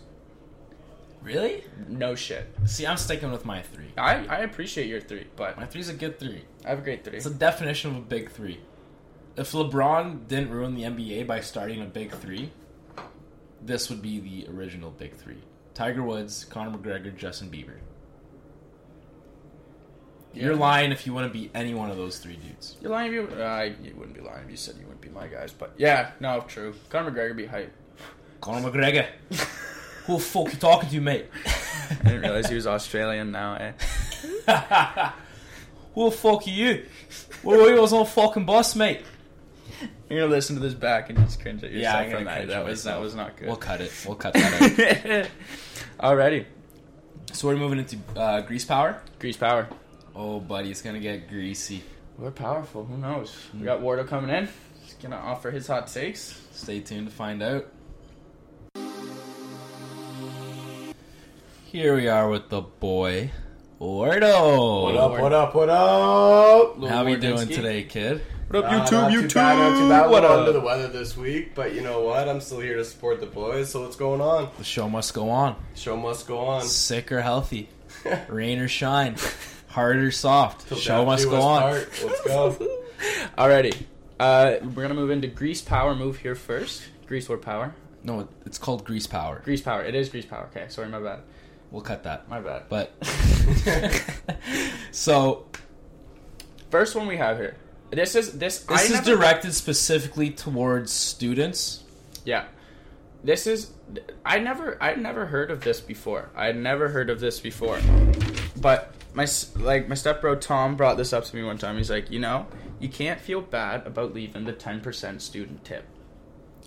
Speaker 1: Really?
Speaker 2: No shit.
Speaker 1: See, I'm sticking with my three.
Speaker 2: I I appreciate your three, but
Speaker 1: My three's a good three.
Speaker 2: I have a great three.
Speaker 1: It's the definition of a big three. If LeBron didn't ruin the NBA by starting a big three, this would be the original big three: Tiger Woods, Conor McGregor, Justin Bieber. You're lying if you want to be any one of those three dudes.
Speaker 2: You're lying. If you, uh, you wouldn't be lying if you said you wouldn't be my guys. But yeah, no, true. Conor McGregor be hype.
Speaker 1: Conor McGregor. Who the fuck you talking to, mate?
Speaker 2: I didn't realize he was Australian. Now, eh?
Speaker 1: Who the fuck are you? Well, you was on fucking bus, mate.
Speaker 2: You're gonna listen to this back and just cringe at yourself
Speaker 1: Yeah, I'm
Speaker 2: from
Speaker 1: gonna
Speaker 2: that.
Speaker 1: cringe
Speaker 2: That
Speaker 1: at
Speaker 2: was that
Speaker 1: myself.
Speaker 2: was not good.
Speaker 1: We'll cut it. We'll cut that out.
Speaker 2: Alrighty,
Speaker 1: so we're moving into uh, grease power.
Speaker 2: grease power.
Speaker 1: Oh, buddy, it's gonna get greasy.
Speaker 2: We're powerful. Who knows? We got Wardo coming in. He's gonna offer his hot takes.
Speaker 1: Stay tuned to find out. Here we are with the boy, Ordo.
Speaker 2: What up, what
Speaker 3: up, what up?
Speaker 2: Lil
Speaker 1: How we doing
Speaker 2: Wardinski.
Speaker 1: today, kid?
Speaker 2: What up,
Speaker 6: Uh,
Speaker 2: YouTube?
Speaker 6: not too
Speaker 2: YouTube.
Speaker 6: Bad, not too bad.
Speaker 2: What
Speaker 6: What
Speaker 2: up?
Speaker 6: under the weather this week, but you know what? I'm still here to support the boys. So what's going on?
Speaker 1: The show must go on.
Speaker 6: Show must go on.
Speaker 1: Sick or healthy, rain or shine, hard or soft.
Speaker 6: Till
Speaker 1: show
Speaker 6: death
Speaker 1: must
Speaker 6: do
Speaker 1: go
Speaker 6: us
Speaker 1: on.
Speaker 6: part. Let's go.
Speaker 2: Alrighty, uh, we're gonna move into grease power. Move here first. Grease or power?
Speaker 1: No, it's called grease power.
Speaker 2: Grease power. It is grease power. Okay, sorry, my bad.
Speaker 1: We'll cut that.
Speaker 2: My bad.
Speaker 1: But so
Speaker 2: First one we have here. This is this. I
Speaker 1: this is
Speaker 2: never-
Speaker 1: directed specifically towards students.
Speaker 2: Yeah. This is I never I never heard of this before. I had never heard of this before. But my s- like my stepbro Tom brought this up to me one time. He's like, "You know, you can't feel bad about leaving the 10% student tip."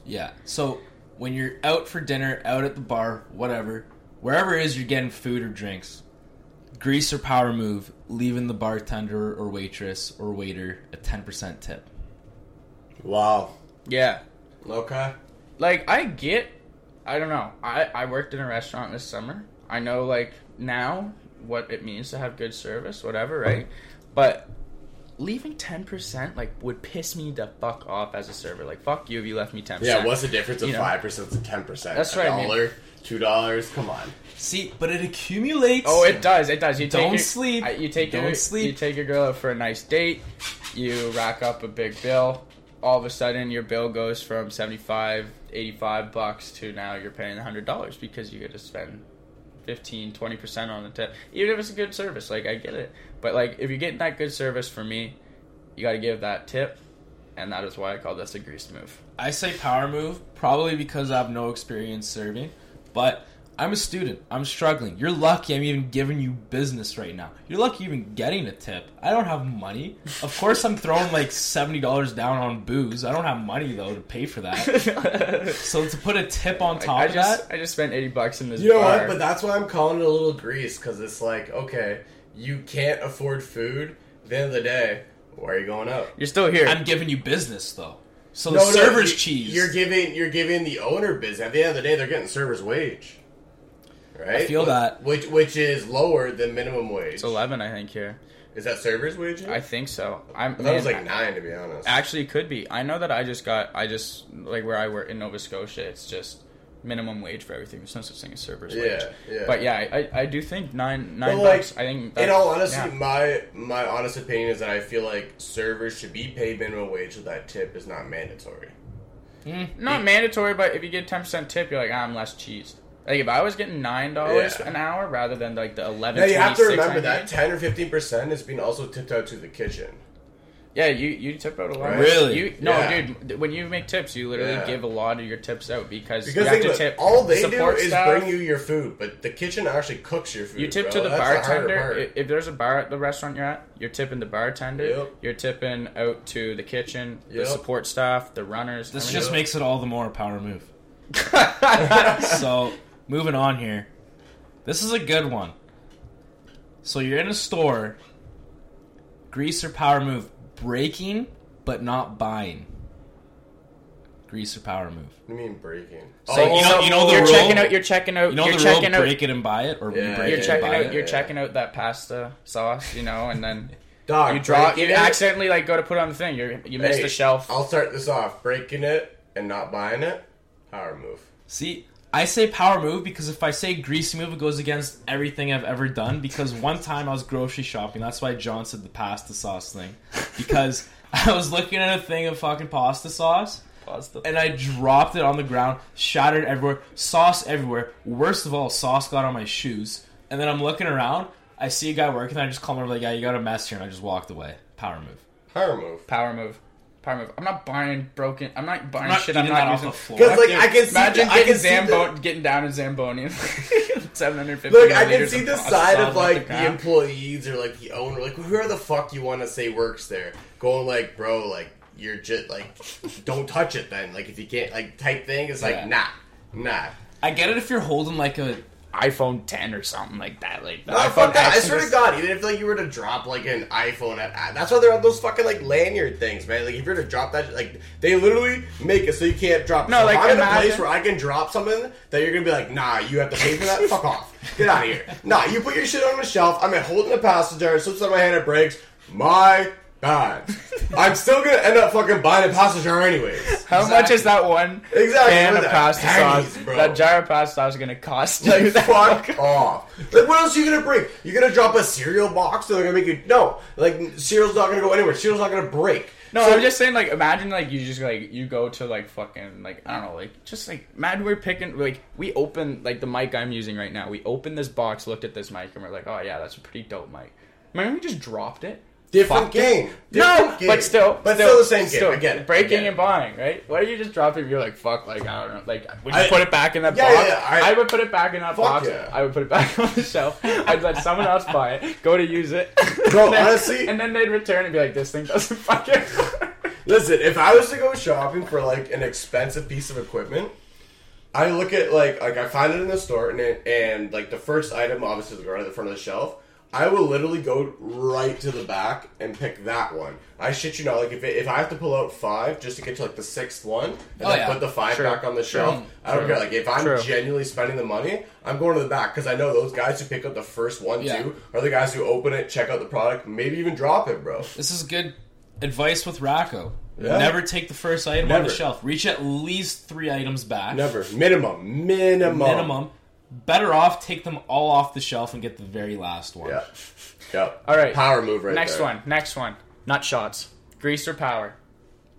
Speaker 1: Yeah. So when you're out for dinner, out at the bar, whatever, wherever it is you're getting food or drinks, grease or power move, leaving the bartender or waitress or waiter a 10% tip.
Speaker 6: wow.
Speaker 2: Yeah.
Speaker 6: Okay.
Speaker 2: Like I get I don't know. I I worked in a restaurant this summer. I know like now what it means to have good service, whatever, right? But leaving 10% like would piss me the fuck off as a server. Like fuck you if you left me 10%.
Speaker 6: Yeah. What's the difference of
Speaker 2: You know.
Speaker 6: five percent to ten percent?
Speaker 2: That's
Speaker 6: a
Speaker 2: right, man.
Speaker 6: Dollar, two dollars. Come on.
Speaker 1: See, but it accumulates.
Speaker 2: Oh, it does. It does. You take
Speaker 1: Don't
Speaker 2: your,
Speaker 1: sleep.
Speaker 2: I- You take
Speaker 1: Don't
Speaker 2: your
Speaker 1: sleep.
Speaker 2: You take your girl out for a nice date. You rack up a big bill. All of a sudden, your bill goes from 75, 85 bucks to now you're paying hundred dollars because you get to spend 15, 20 percent on the tip. Even if it's a good service, like I get it. But like if you're getting that good service for me, you got to give that tip, and that is why I call this a greased move.
Speaker 1: I say power move probably because I have no experience serving, but I'm a student. I'm struggling. You're lucky I'm even giving you business right now. You're lucky you're even getting a tip. I don't have money. Of course, I'm throwing like $70 down on booze. I don't have money, though, to pay for that. So to put a tip on
Speaker 2: Like,
Speaker 1: top
Speaker 2: I
Speaker 1: of
Speaker 2: just
Speaker 1: that,
Speaker 2: I just spent eighty bucks in this.
Speaker 6: You know
Speaker 2: bar.
Speaker 6: what? But that's why I'm calling it a little grease because it's like, okay, you can't afford food. At the end of the day, why are you going out?
Speaker 2: you're still here.
Speaker 1: I'm giving you business though. So
Speaker 6: No,
Speaker 1: the
Speaker 6: no,
Speaker 1: server's
Speaker 6: you-
Speaker 1: cheese.
Speaker 6: You're giving you're giving the owner business. At the end of the day, they're getting server's wage. Right?
Speaker 1: feel
Speaker 6: Wh-
Speaker 1: that.
Speaker 6: Which which is lower than minimum wage.
Speaker 2: it's eleven, I think here.
Speaker 6: Is that server's wage?
Speaker 2: I think so. I'm.
Speaker 6: I thought it was
Speaker 2: man,
Speaker 6: like nine to be honest.
Speaker 2: Actually, it could be. I know that I just got. I just like where I work in Nova Scotia. It's just minimum wage for everything. There's no such thing as server's wage.
Speaker 6: Yeah, yeah.
Speaker 2: But yeah, I, I- I do think nine nine
Speaker 6: But, like,
Speaker 2: bucks. I think
Speaker 6: In all honesty,
Speaker 2: yeah.
Speaker 6: my my honest opinion is that I feel like servers should be paid minimum wage, so that tip is not mandatory.
Speaker 2: not mandatory, but if you get ten percent tip, you're like "Ah, I'm less cheesed. Like if I was getting nine dollars
Speaker 6: Yeah.
Speaker 2: an hour rather than like the eleven.
Speaker 6: Now you have to
Speaker 2: 26
Speaker 6: remember
Speaker 2: I'm
Speaker 6: that
Speaker 2: getting-
Speaker 6: ten or fifteen percent is being also tipped out to the kitchen.
Speaker 2: Yeah, you you tip out a lot.
Speaker 1: Really?
Speaker 2: You no,
Speaker 6: Yeah.
Speaker 2: dude. th- When you make tips, you literally
Speaker 6: Yeah.
Speaker 2: give a lot of your tips out because,
Speaker 6: Because
Speaker 2: you
Speaker 6: think
Speaker 2: have to
Speaker 6: about it,
Speaker 2: tip.
Speaker 6: all they do
Speaker 2: support
Speaker 6: is
Speaker 2: staff.
Speaker 6: bring you your food, but the kitchen actually cooks your food.
Speaker 2: You tip
Speaker 6: bro.
Speaker 2: to the
Speaker 6: That's harder
Speaker 2: bartender.
Speaker 6: part.
Speaker 2: I- If there's a bar at the restaurant you're at, you're tipping the bartender.
Speaker 6: Yep.
Speaker 2: You're tipping out to the kitchen, the
Speaker 6: Yep.
Speaker 2: support staff, the runners.
Speaker 1: This
Speaker 2: everything.
Speaker 1: just makes it all the more a power move. so, moving on here. This is a good one. So, you're in a store, greaser power move, breaking but not buying. Greaser power move.
Speaker 6: What do you mean breaking?
Speaker 1: So, you know, you know the
Speaker 2: you're
Speaker 1: rule.
Speaker 2: checking out. You're checking out.
Speaker 1: you know
Speaker 2: are
Speaker 1: the
Speaker 2: checking
Speaker 1: rule,
Speaker 2: out.
Speaker 1: break it and buy it, or we
Speaker 6: Yeah,
Speaker 1: break
Speaker 2: you're
Speaker 1: it
Speaker 2: checking
Speaker 1: and buy
Speaker 2: out.
Speaker 1: it.
Speaker 2: You're
Speaker 6: yeah.
Speaker 2: checking out that pasta sauce, you know, and then
Speaker 6: Oh, dog,
Speaker 2: you draw.
Speaker 6: breaking
Speaker 2: You
Speaker 6: it-
Speaker 2: accidentally like go to put it on the thing. You you miss
Speaker 6: Hey,
Speaker 2: the shelf.
Speaker 6: I'll start this off breaking it and not buying it. Power move.
Speaker 1: See, I say power move because if I say greasy move, it goes against everything I've ever done. Because one time I was grocery shopping, that's why John said the pasta sauce thing. Because I was looking at a thing of fucking pasta sauce
Speaker 2: Pasta.
Speaker 1: and I dropped it on the ground, shattered everywhere, sauce everywhere. Worst of all, sauce got on my shoes. And then I'm looking around, I see a guy working, I just call him over, like, yeah, you got a mess here, and I just walked away. Power move.
Speaker 6: Power move.
Speaker 2: Power move. Power move. I'm not buying broken. I'm not buying
Speaker 1: I'm not
Speaker 2: shit. I'm
Speaker 1: eating
Speaker 2: not
Speaker 1: that off
Speaker 2: using.
Speaker 1: the floor.
Speaker 6: Because like
Speaker 2: Dude,
Speaker 6: I can see,
Speaker 2: Imagine
Speaker 6: the, I
Speaker 2: getting
Speaker 6: can see the,
Speaker 2: Zamboni, getting down in Zamboni, and seven hundred fifty.
Speaker 6: Look, I can see the side of like the employees or like the owner, like whoever the fuck you want to say works there, going like, bro, like you're just like, don't touch it then. Like if you can't like type thing, it's like
Speaker 1: Yeah.
Speaker 6: nah, nah.
Speaker 1: I get it if you're holding like a
Speaker 2: iPhone 10 or something like that. Like the
Speaker 6: No,
Speaker 2: iPhone
Speaker 6: fuck that. I
Speaker 2: X
Speaker 6: swear to
Speaker 2: is-
Speaker 6: God, even if like you were to drop like an iPhone at, at- that's why they're on those fucking like lanyard things, man. Like if you were to drop that, like they literally make it so you can't drop. it.
Speaker 2: No,
Speaker 6: So
Speaker 2: like,
Speaker 6: if I'm in a
Speaker 2: imagine-
Speaker 6: place where I can drop something that you're gonna be like, nah, you have to pay for that. fuck off, get out of here. Nah, you put your shit on the shelf. I'm at holding the passenger. It slips out of my hand. It breaks. My bad. I'm still gonna end up fucking buying a passenger anyways.
Speaker 2: How much is that one
Speaker 6: Exactly,
Speaker 2: can of
Speaker 6: what is that?
Speaker 2: pasta
Speaker 6: Pennies,
Speaker 2: sauce?
Speaker 6: bro.
Speaker 2: That jar of pasta sauce is gonna cost you.
Speaker 6: Like,
Speaker 2: that
Speaker 6: fuck off. Like, what else are you gonna bring? You're gonna drop a cereal box? So they're gonna make you no. Like, cereal's not gonna go anywhere. Cereal's not gonna break.
Speaker 2: No,
Speaker 6: So-
Speaker 2: I'm just saying, like, imagine, like, you just, like, you go to, like, fucking, like, I don't know, like, just, like, imagine we're picking, like, we open, like, the mic I'm using right now. We opened this box, looked at this mic, and we're like, oh, yeah, that's a pretty dope mic. Remember we just dropped it?
Speaker 6: different
Speaker 2: Fuck
Speaker 6: game.
Speaker 2: No,
Speaker 6: Different game.
Speaker 2: but still,
Speaker 6: but still, the same
Speaker 2: still,
Speaker 6: game. I get it.
Speaker 2: Breaking
Speaker 6: I get
Speaker 2: and
Speaker 6: it.
Speaker 2: buying, right? Why do you just drop it? If you're like, fuck, like I don't know, like would you
Speaker 6: I-
Speaker 2: put it back in that
Speaker 6: Yeah,
Speaker 2: box?
Speaker 6: yeah, yeah, I-
Speaker 2: I, would put it back in that
Speaker 6: Fuck
Speaker 2: box.
Speaker 6: yeah.
Speaker 2: I would put it back on the shelf. I'd let someone else buy it, go to use it.
Speaker 6: Bro,
Speaker 2: and then,
Speaker 6: honestly-
Speaker 2: and then they'd return and be like, this thing doesn't fucking. work.
Speaker 6: Listen, if I was to go shopping for like an expensive piece of equipment, I look at like like I find it in the store and it, and like the first item obviously is right at the front of the shelf. I will literally go right to the back and pick that one. I shit you not, like if it, if I have to pull out five just to get to like the sixth one and
Speaker 1: Oh,
Speaker 6: then
Speaker 1: yeah.
Speaker 6: put the five
Speaker 2: True.
Speaker 6: back on the shelf, I don't
Speaker 2: True.
Speaker 6: care. Like if I'm
Speaker 2: True.
Speaker 6: genuinely spending the money, I'm going to the back because I know those guys who pick up the first one
Speaker 1: Yeah.
Speaker 6: too are the guys who open it, check out the product, maybe even drop it, bro.
Speaker 1: This is good advice with Rocco.
Speaker 6: Yeah.
Speaker 1: Never take the first item on
Speaker 6: Never.
Speaker 1: the shelf. Reach at least three items back.
Speaker 6: Never minimum, minimum,
Speaker 1: Minimum. Better off take them all off the shelf and get the very last one.
Speaker 6: Yeah. Yep.
Speaker 2: All right.
Speaker 6: Power move right
Speaker 2: next
Speaker 6: there.
Speaker 2: one, next one, nut shots, grease or power,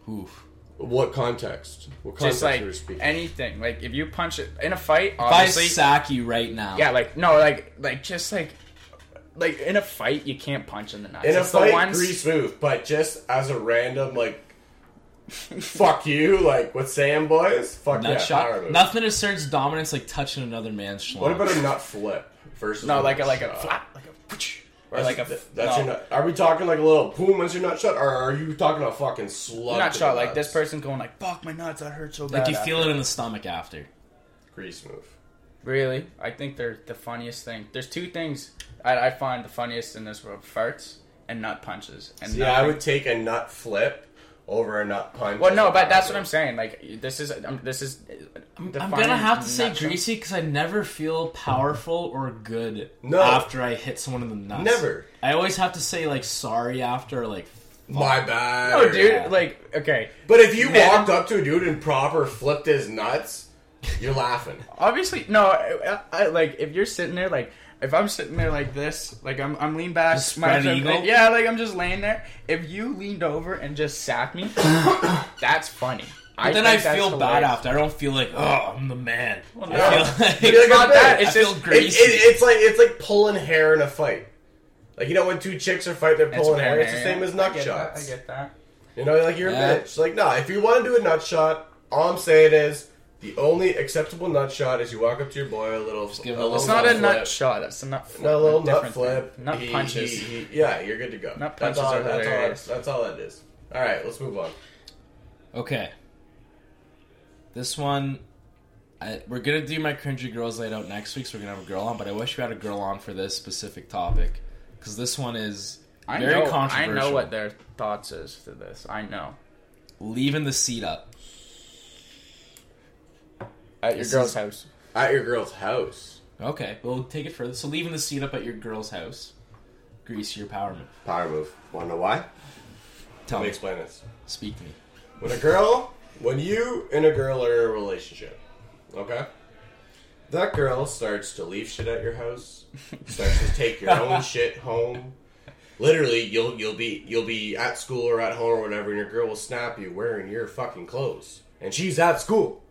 Speaker 1: Oof.
Speaker 6: What context? What context
Speaker 2: just like
Speaker 6: are we speaking?
Speaker 2: anything. Like if you punch it in a fight,
Speaker 1: Buy
Speaker 2: obviously,
Speaker 1: Saki right now.
Speaker 2: yeah, like no, like like just like. Like in a fight, you can't punch in the nuts.
Speaker 6: In a
Speaker 2: It's
Speaker 6: fight,
Speaker 2: the ones-
Speaker 6: grease move, but just as a random like, fuck you, like with Sam boys, fuck
Speaker 1: Nut
Speaker 6: yeah, power
Speaker 1: shot.
Speaker 6: move.
Speaker 1: Nothing asserts dominance like touching another man's schlong.
Speaker 6: What about a nut flip versus
Speaker 2: No,
Speaker 6: a
Speaker 2: like a
Speaker 6: nut
Speaker 2: like a
Speaker 6: shot?
Speaker 2: flap, like a whoosh, or
Speaker 6: That's,
Speaker 2: like a
Speaker 6: that's
Speaker 2: no.
Speaker 6: your nut. Are we talking like a little boom as your nut shot, or are you talking a fucking slug?
Speaker 2: nut
Speaker 6: to
Speaker 2: shot.
Speaker 6: the
Speaker 2: Like this
Speaker 6: nuts?
Speaker 2: person going like, "Fuck my nuts, that hurt so bad."
Speaker 1: like you
Speaker 2: after."
Speaker 1: feel it in the stomach after.
Speaker 6: Grease move.
Speaker 2: really? I think they're the funniest thing. There's two things I, I find the funniest in this world: farts and nut punches. And
Speaker 6: See,
Speaker 2: nut-
Speaker 6: I would take a nut flip over a nut punch.
Speaker 2: Well,
Speaker 6: as
Speaker 2: no,
Speaker 6: a
Speaker 2: but
Speaker 6: power
Speaker 2: that's what
Speaker 6: move.
Speaker 2: I'm saying. Like this is um, this is. I'm,
Speaker 1: I'm gonna have to say greasy because I never feel powerful or good
Speaker 6: No.
Speaker 1: after I hit someone in the nuts.
Speaker 6: Never.
Speaker 1: I always have to say like sorry after or, like
Speaker 6: My bad.
Speaker 2: No, dude.
Speaker 1: Yeah.
Speaker 2: Like okay,
Speaker 6: But if you
Speaker 2: Yeah.
Speaker 6: walked up to a dude and proper flipped his nuts, You're laughing.
Speaker 2: Obviously, no. I, I, I- like if you're sitting there, like if I'm sitting there like this, like I'm I'm lean back,
Speaker 1: Just spread
Speaker 2: my-
Speaker 1: eagle?
Speaker 2: yeah, like I'm just laying there. If you leaned over and just sacked me, that's funny.
Speaker 1: But then I
Speaker 2: think that's
Speaker 1: feel bad
Speaker 2: hilarious.
Speaker 1: after. I don't feel like, oh, I'm the man.
Speaker 2: no.
Speaker 1: I feel like,
Speaker 6: You're like,
Speaker 2: It's not
Speaker 6: "I'm
Speaker 2: that.
Speaker 6: big."
Speaker 2: It's
Speaker 1: I feel
Speaker 2: just
Speaker 6: It, it,
Speaker 1: greasy.
Speaker 6: it's like it's like pulling hair in a fight. Like you know when two chicks are fighting, they're pulling hair. It's the same as
Speaker 2: I
Speaker 6: nut
Speaker 2: get
Speaker 6: shots.
Speaker 2: That, I get that.
Speaker 6: You know, like you're
Speaker 1: Yeah.
Speaker 6: a bitch. Like, nah, if you want to do a nut shot, all I'm saying is the only acceptable nut shot is you walk up to your boy a little.
Speaker 1: give
Speaker 6: a
Speaker 1: him a
Speaker 6: little
Speaker 2: It's not a
Speaker 6: flip.
Speaker 2: nut shot. That's a nut flip.
Speaker 6: No, a little nut
Speaker 2: Different
Speaker 6: flip.
Speaker 2: thing. Nut
Speaker 6: He-
Speaker 2: punches.
Speaker 6: he- he- yeah, you're good to go.
Speaker 2: Nut punches
Speaker 6: That's all-
Speaker 2: are
Speaker 6: that's all,
Speaker 2: hilarious.
Speaker 6: That's all it is. All right, let's move on.
Speaker 1: Okay. This one, I, we're gonna do my cringy girls laid out next week, so we're gonna have a girl on. But I wish we had a girl on for this specific topic because this one is
Speaker 2: I
Speaker 1: very
Speaker 2: know, I
Speaker 1: controversial.
Speaker 2: know what their thoughts is to this. I know.
Speaker 1: Leaving the seat up.
Speaker 2: At your
Speaker 1: This
Speaker 2: girl's
Speaker 1: is-
Speaker 2: house.
Speaker 6: At your girl's house.
Speaker 1: Okay, we'll take it further. So leaving the seat up at your girl's house, greasy your power move.
Speaker 6: Power move. Want to know why?
Speaker 1: Tell
Speaker 6: Let me
Speaker 1: me,
Speaker 6: explain this.
Speaker 1: speak to me.
Speaker 6: When a girl, when you and a girl are in a relationship, okay, that girl starts to leave shit at your house, starts to take your own shit home. Literally, you'll you'll be you'll be at school or at home or whatever, and your girl will snap you wearing your fucking clothes, and she's at school.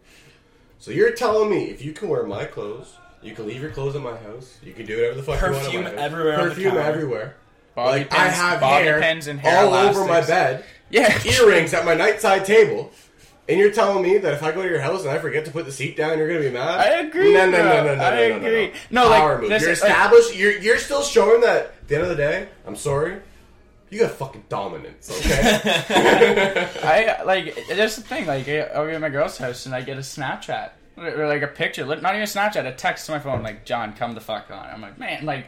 Speaker 6: So you're telling me if you can wear my clothes, you can leave your clothes at my house, you can do whatever the fuck you
Speaker 1: Perfume
Speaker 6: want. at my house.
Speaker 1: everywhere on the
Speaker 6: Perfume
Speaker 1: counter.
Speaker 6: everywhere.
Speaker 2: Bobby
Speaker 6: like
Speaker 2: pins,
Speaker 6: I have
Speaker 2: bobby
Speaker 6: hair,
Speaker 2: pins and hair
Speaker 6: all
Speaker 2: elastics.
Speaker 6: over my bed
Speaker 2: Yeah.
Speaker 6: earrings at my nightside table, and you're telling me that if I go to your house and I forget to put the seat down, you're gonna be mad?
Speaker 2: I agree,
Speaker 6: No, no,
Speaker 2: bro.
Speaker 6: no, no, no,
Speaker 2: I
Speaker 6: no, no, no,
Speaker 2: agree.
Speaker 6: No,
Speaker 2: No, like,
Speaker 6: power move.
Speaker 2: this
Speaker 6: You're
Speaker 2: is- like-
Speaker 6: established. you're you're still showing that. At the end of the day, I'm sorry. You got fucking dominance, okay?
Speaker 2: I like it- that's the thing. Like I- I'll be at my girl's house and I get a Snapchat or or, like a picture, li- not even a Snapchat, a text to my phone like John, come the fuck on. I'm like, man, like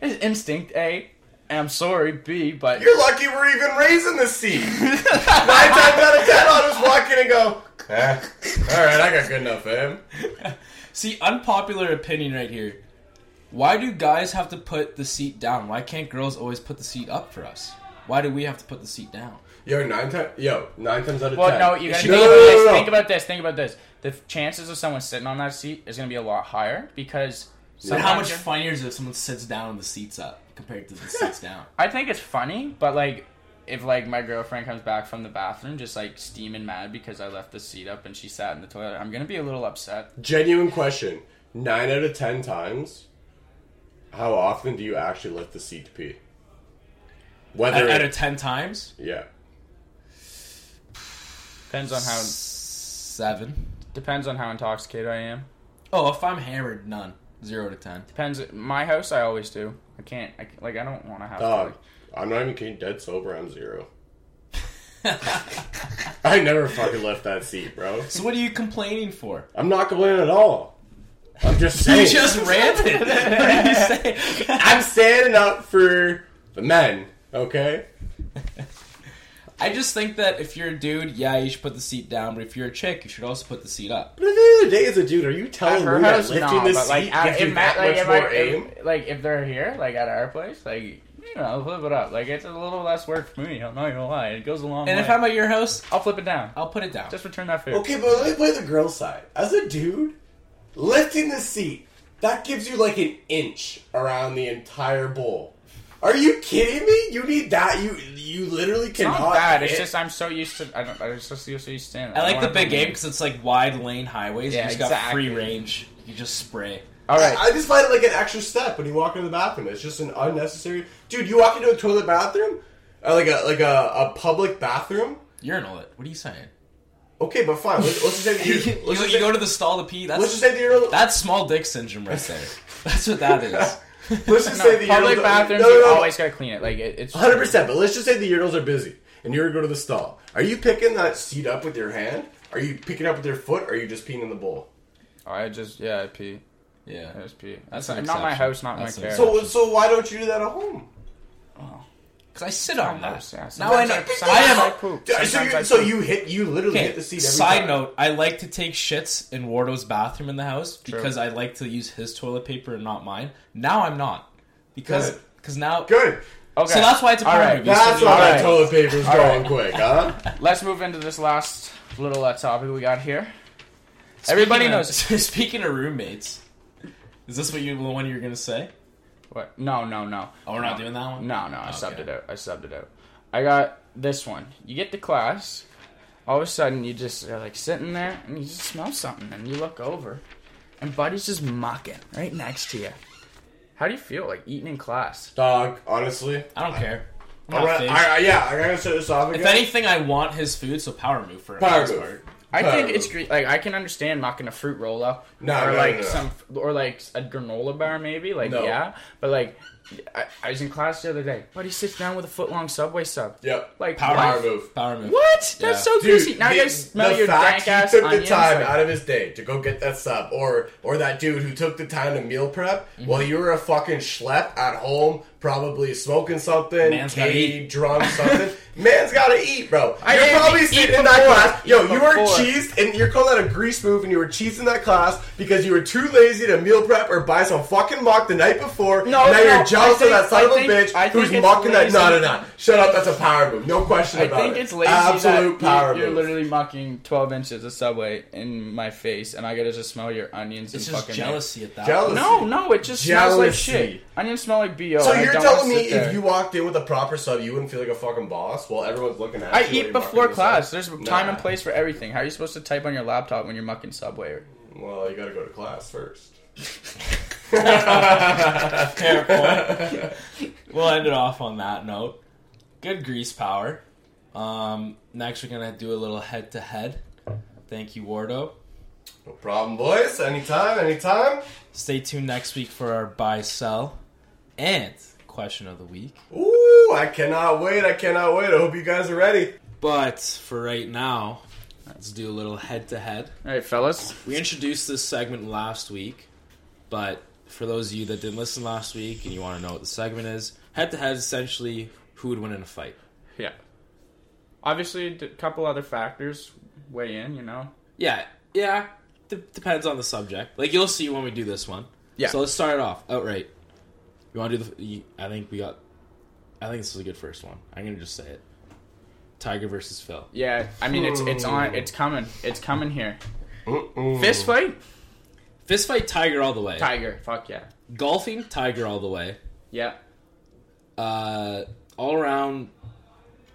Speaker 2: it's instinct A, and I'm sorry B, but
Speaker 6: you're lucky we're even raising the seat. Nine times out of ten, I'll just walk in and go, eh, all right, I got good enough, fam.
Speaker 1: See, unpopular opinion right here. Why do guys have to put the seat down? Why can't girls always put the seat up for us? Why do we have to put the seat down?
Speaker 6: Yo, nine times, yo, nine times out of
Speaker 2: well,
Speaker 6: ten.
Speaker 2: no, you gotta
Speaker 6: No,
Speaker 2: think, about
Speaker 6: no, no,
Speaker 2: this,
Speaker 6: no, no.
Speaker 2: think about this. Think about this. The f- chances of someone sitting on that seat is gonna be a lot higher because
Speaker 1: And
Speaker 2: sometimes
Speaker 1: how much
Speaker 2: you're-
Speaker 1: funnier is it if someone sits down and the seat's up compared to the seat's down?
Speaker 2: I think it's funny, but like if like my girlfriend comes back from the bathroom just like steaming mad because I left the seat up and she sat in the toilet, I'm gonna be a little upset.
Speaker 6: Genuine question. Nine out of ten times, how often do you actually lift the seat to pee? Whether
Speaker 1: Out out
Speaker 6: it-
Speaker 1: of ten times,
Speaker 6: yeah,
Speaker 2: Depends on how
Speaker 1: seven.
Speaker 2: Depends on how intoxicated I am.
Speaker 1: Oh, if I'm hammered, none. Zero to ten.
Speaker 2: Depends. My house, I always do. I can't. I, like I don't want to have.
Speaker 6: dog. I'm not even kidding. Dead sober. I'm zero. I never fucking left that seat, bro.
Speaker 1: so what are you complaining for?
Speaker 6: I'm not complaining at all. I'm just
Speaker 1: You
Speaker 6: saying.
Speaker 1: just ranted. what are you saying?
Speaker 6: I'm standing up for the men. Okay.
Speaker 1: I just think that if you're a dude, yeah, you should put the seat down. But if you're a chick, you should also put the seat up.
Speaker 6: But at the end of the day, as a dude, are you telling
Speaker 2: At
Speaker 6: me
Speaker 2: her
Speaker 6: that
Speaker 2: house,
Speaker 6: lifting
Speaker 2: no,
Speaker 6: the
Speaker 2: but
Speaker 6: seat
Speaker 2: like, at,
Speaker 6: gives
Speaker 2: if,
Speaker 6: you that
Speaker 2: like,
Speaker 6: much
Speaker 2: if,
Speaker 6: more
Speaker 2: I,
Speaker 6: aim?
Speaker 2: if, like if they're here, like at our place, like you know, flip it up. Like it's a little less work for me. I'm not gonna lie, it goes a long
Speaker 1: And
Speaker 2: way.
Speaker 1: if I'm at your house,
Speaker 2: I'll flip it down.
Speaker 1: I'll put it down.
Speaker 2: Just return that food.
Speaker 6: Okay, but let me play the girl side. As a dude, lifting the seat, that gives you like an inch around the entire bowl. Are you kidding me? You need that. You you literally
Speaker 2: It's
Speaker 6: cannot.
Speaker 2: not bad. It's
Speaker 6: hit-
Speaker 2: just I'm so used to. I don't. I'm just so used to. it.
Speaker 1: I like
Speaker 2: don't
Speaker 1: the
Speaker 2: wanna
Speaker 1: big
Speaker 2: be-
Speaker 1: game because it's like wide lane highways.
Speaker 2: Yeah,
Speaker 1: you just got
Speaker 2: exactly.
Speaker 1: free range. You just spray.
Speaker 2: All right.
Speaker 6: I just find it like an extra step when you walk into the bathroom. It's just an unnecessary. Dude, you walk into a toilet bathroom, or like a like a, a public bathroom.
Speaker 1: Urinal it. What are you saying?
Speaker 6: Okay, but fine. Let's, let's just say that
Speaker 1: You,
Speaker 6: you,
Speaker 1: you,
Speaker 6: let's, just
Speaker 1: you
Speaker 6: say,
Speaker 1: go to the stall to pee.
Speaker 6: let's just
Speaker 1: That's
Speaker 6: say that you're.
Speaker 1: that's small dick syndrome right there. That's what that is.
Speaker 6: let's just
Speaker 2: No,
Speaker 6: say that
Speaker 2: public
Speaker 6: urinals-
Speaker 2: bathrooms,
Speaker 6: No, no,
Speaker 2: you
Speaker 6: no.
Speaker 2: always gotta clean it. Like it, it's
Speaker 6: Hundred percent. But let's just say the urinals are busy, and you're gonna go to the stall. Are you picking that seat up with your hand? Are you picking up with your foot? Or are you just peeing in the bowl?
Speaker 2: Oh, I just yeah, I pee. I
Speaker 1: Yeah,
Speaker 2: just pee.
Speaker 1: That's
Speaker 2: That's,
Speaker 1: an
Speaker 2: not my
Speaker 1: exception.
Speaker 2: house, not
Speaker 1: That's an
Speaker 2: my care.
Speaker 6: So, so why don't you do that at home?
Speaker 1: because I sit on that.
Speaker 2: Almost, yeah.
Speaker 1: Now I
Speaker 2: Sometimes
Speaker 1: know.
Speaker 2: I-
Speaker 1: I am.
Speaker 2: sometimes I poop.
Speaker 6: Dude, So
Speaker 2: Sometimes I
Speaker 6: you, so
Speaker 2: poop.
Speaker 6: you hit, you literally
Speaker 1: Okay,
Speaker 6: hit the seat. Every
Speaker 1: side
Speaker 6: time.
Speaker 1: note, I like to take shits in Wardo's bathroom in the house because I like to use his toilet paper and not mine. Now I'm not. Because
Speaker 6: Good.
Speaker 1: because now
Speaker 6: Good.
Speaker 2: Okay.
Speaker 1: So that's why it's a
Speaker 2: All
Speaker 1: porn
Speaker 2: right.
Speaker 1: movie.
Speaker 6: That's why
Speaker 2: All
Speaker 6: that
Speaker 2: right.
Speaker 6: toilet paper's
Speaker 2: All
Speaker 6: going quick, huh?
Speaker 2: Let's move into this last little uh, topic we got here. Everybody
Speaker 1: Speaking of-
Speaker 2: knows.
Speaker 1: Speaking of roommates, is this what you the one you're gonna say?
Speaker 2: What? No, no, no.
Speaker 1: Oh, we're not
Speaker 2: No.
Speaker 1: doing that one.
Speaker 2: No, no, I subbed
Speaker 1: Okay.
Speaker 2: it out. I subbed it out. I got this one. You get to class, all of a sudden you just are like sitting there and you just smell something and you look over and Buddy's just mucking right next to you. How do you feel like eating in class?
Speaker 6: Dog, honestly.
Speaker 1: I don't care. I'm
Speaker 6: All
Speaker 1: not
Speaker 6: right,
Speaker 1: phased.
Speaker 6: I, I, yeah, I gotta set this off again.
Speaker 1: If anything, I want his food, so power move for
Speaker 6: Power
Speaker 1: power
Speaker 6: move.
Speaker 1: part.
Speaker 2: I
Speaker 6: Power
Speaker 2: think it's
Speaker 6: move.
Speaker 2: great. Like I can understand mucking a fruit roll up,
Speaker 6: Uh, No,
Speaker 2: or
Speaker 6: no, no,
Speaker 2: like
Speaker 6: no.
Speaker 2: some, or like a granola bar maybe. Like
Speaker 6: No.
Speaker 2: yeah, but like I, I was in class the other day. Buddy sits down with a foot long Subway sub.
Speaker 6: yep.
Speaker 2: Like
Speaker 1: Power,
Speaker 2: what?
Speaker 6: Power move.
Speaker 1: Power move.
Speaker 2: What?
Speaker 1: Yeah.
Speaker 2: That's so greasy. Now you
Speaker 6: the-
Speaker 2: gotta smell
Speaker 6: the
Speaker 2: your
Speaker 6: fact
Speaker 2: dank ass
Speaker 6: he took
Speaker 2: onions.
Speaker 6: the time
Speaker 2: like-
Speaker 6: out of his day to go get that sub, or or that dude who took the time to meal prep
Speaker 2: Mm-hmm.
Speaker 6: while you were a fucking schlep at home, probably smoking something,
Speaker 1: Man's gotta
Speaker 6: Katie
Speaker 1: eat.
Speaker 6: drunk something. Man's gotta eat, bro.
Speaker 2: I
Speaker 6: you're
Speaker 2: didn't
Speaker 6: probably
Speaker 2: eat
Speaker 6: sitting in
Speaker 2: before.
Speaker 6: that class. Yo,
Speaker 2: Eat
Speaker 6: you were
Speaker 2: before.
Speaker 6: cheesed, and you're calling that a grease move, and you were cheesed in that class because you were too lazy to meal prep or buy some fucking mock the night before.
Speaker 2: No,
Speaker 6: now
Speaker 2: no,
Speaker 6: you're jealous
Speaker 2: I
Speaker 6: of
Speaker 2: think-
Speaker 6: that son
Speaker 2: I
Speaker 6: of a
Speaker 2: think- I
Speaker 6: bitch
Speaker 2: think
Speaker 6: who's
Speaker 2: it's
Speaker 6: mocking that. No, no,
Speaker 2: lazy.
Speaker 6: no. Shut up. That's a power move. No question
Speaker 2: I
Speaker 6: about
Speaker 2: think
Speaker 6: it.
Speaker 2: it's lazy
Speaker 6: Absolute
Speaker 2: that
Speaker 6: power
Speaker 2: you-
Speaker 6: move.
Speaker 2: you're literally mucking 12 inches of Subway in my face, and I gotta just smell your onions
Speaker 1: It's
Speaker 2: and
Speaker 1: just
Speaker 2: fucking
Speaker 1: jealousy at that.
Speaker 6: Jealousy.
Speaker 2: No, no, it just smells like
Speaker 6: Jealousy.
Speaker 2: shit. Onions smell like bo.
Speaker 6: So
Speaker 2: and I
Speaker 6: you're
Speaker 2: don't wanna
Speaker 6: telling me
Speaker 2: sit there.
Speaker 6: if you walked in with a proper sub, you wouldn't feel like a fucking boss while everyone's looking at
Speaker 2: I
Speaker 6: you? while
Speaker 2: eat
Speaker 6: you're
Speaker 2: before
Speaker 6: mucking
Speaker 2: class.
Speaker 6: yourself?
Speaker 2: There's time and
Speaker 6: Nah.
Speaker 2: place for everything. How are you supposed to type on your laptop when you're mucking Subway?
Speaker 6: Well, you gotta go to class first.
Speaker 1: Fair point. we'll end it off on that note. Good grease power. Um, next, we're gonna do a little head to head. Thank you, Wardo.
Speaker 6: No problem, boys. Anytime, anytime.
Speaker 1: Stay tuned next week for our buy sell and question of the week.
Speaker 6: Ooh, I cannot wait. I cannot wait. I hope you guys are ready.
Speaker 1: But for right now, let's do a little head to head.
Speaker 2: All right, fellas.
Speaker 1: We introduced this segment last week, but for those of you that didn't listen last week and you want to know what the segment is, head to head is essentially who would win in a fight.
Speaker 2: Yeah. Obviously, a couple other factors weigh in. You know.
Speaker 1: Yeah, yeah. D- depends on the subject. Like you'll see when we do this one.
Speaker 2: Yeah.
Speaker 1: So let's start it off outright. You want to do the? You, I think we got. I think this is a good first one. I'm gonna just say it. Tiger versus Phil.
Speaker 2: Yeah, I mean it's it's on it's coming it's coming here. Fist fight,
Speaker 1: Fist fight Tiger all the way.
Speaker 2: tiger. Fuck yeah,
Speaker 1: Golfing Tiger all the way.
Speaker 2: yeah.
Speaker 1: Uh, all around.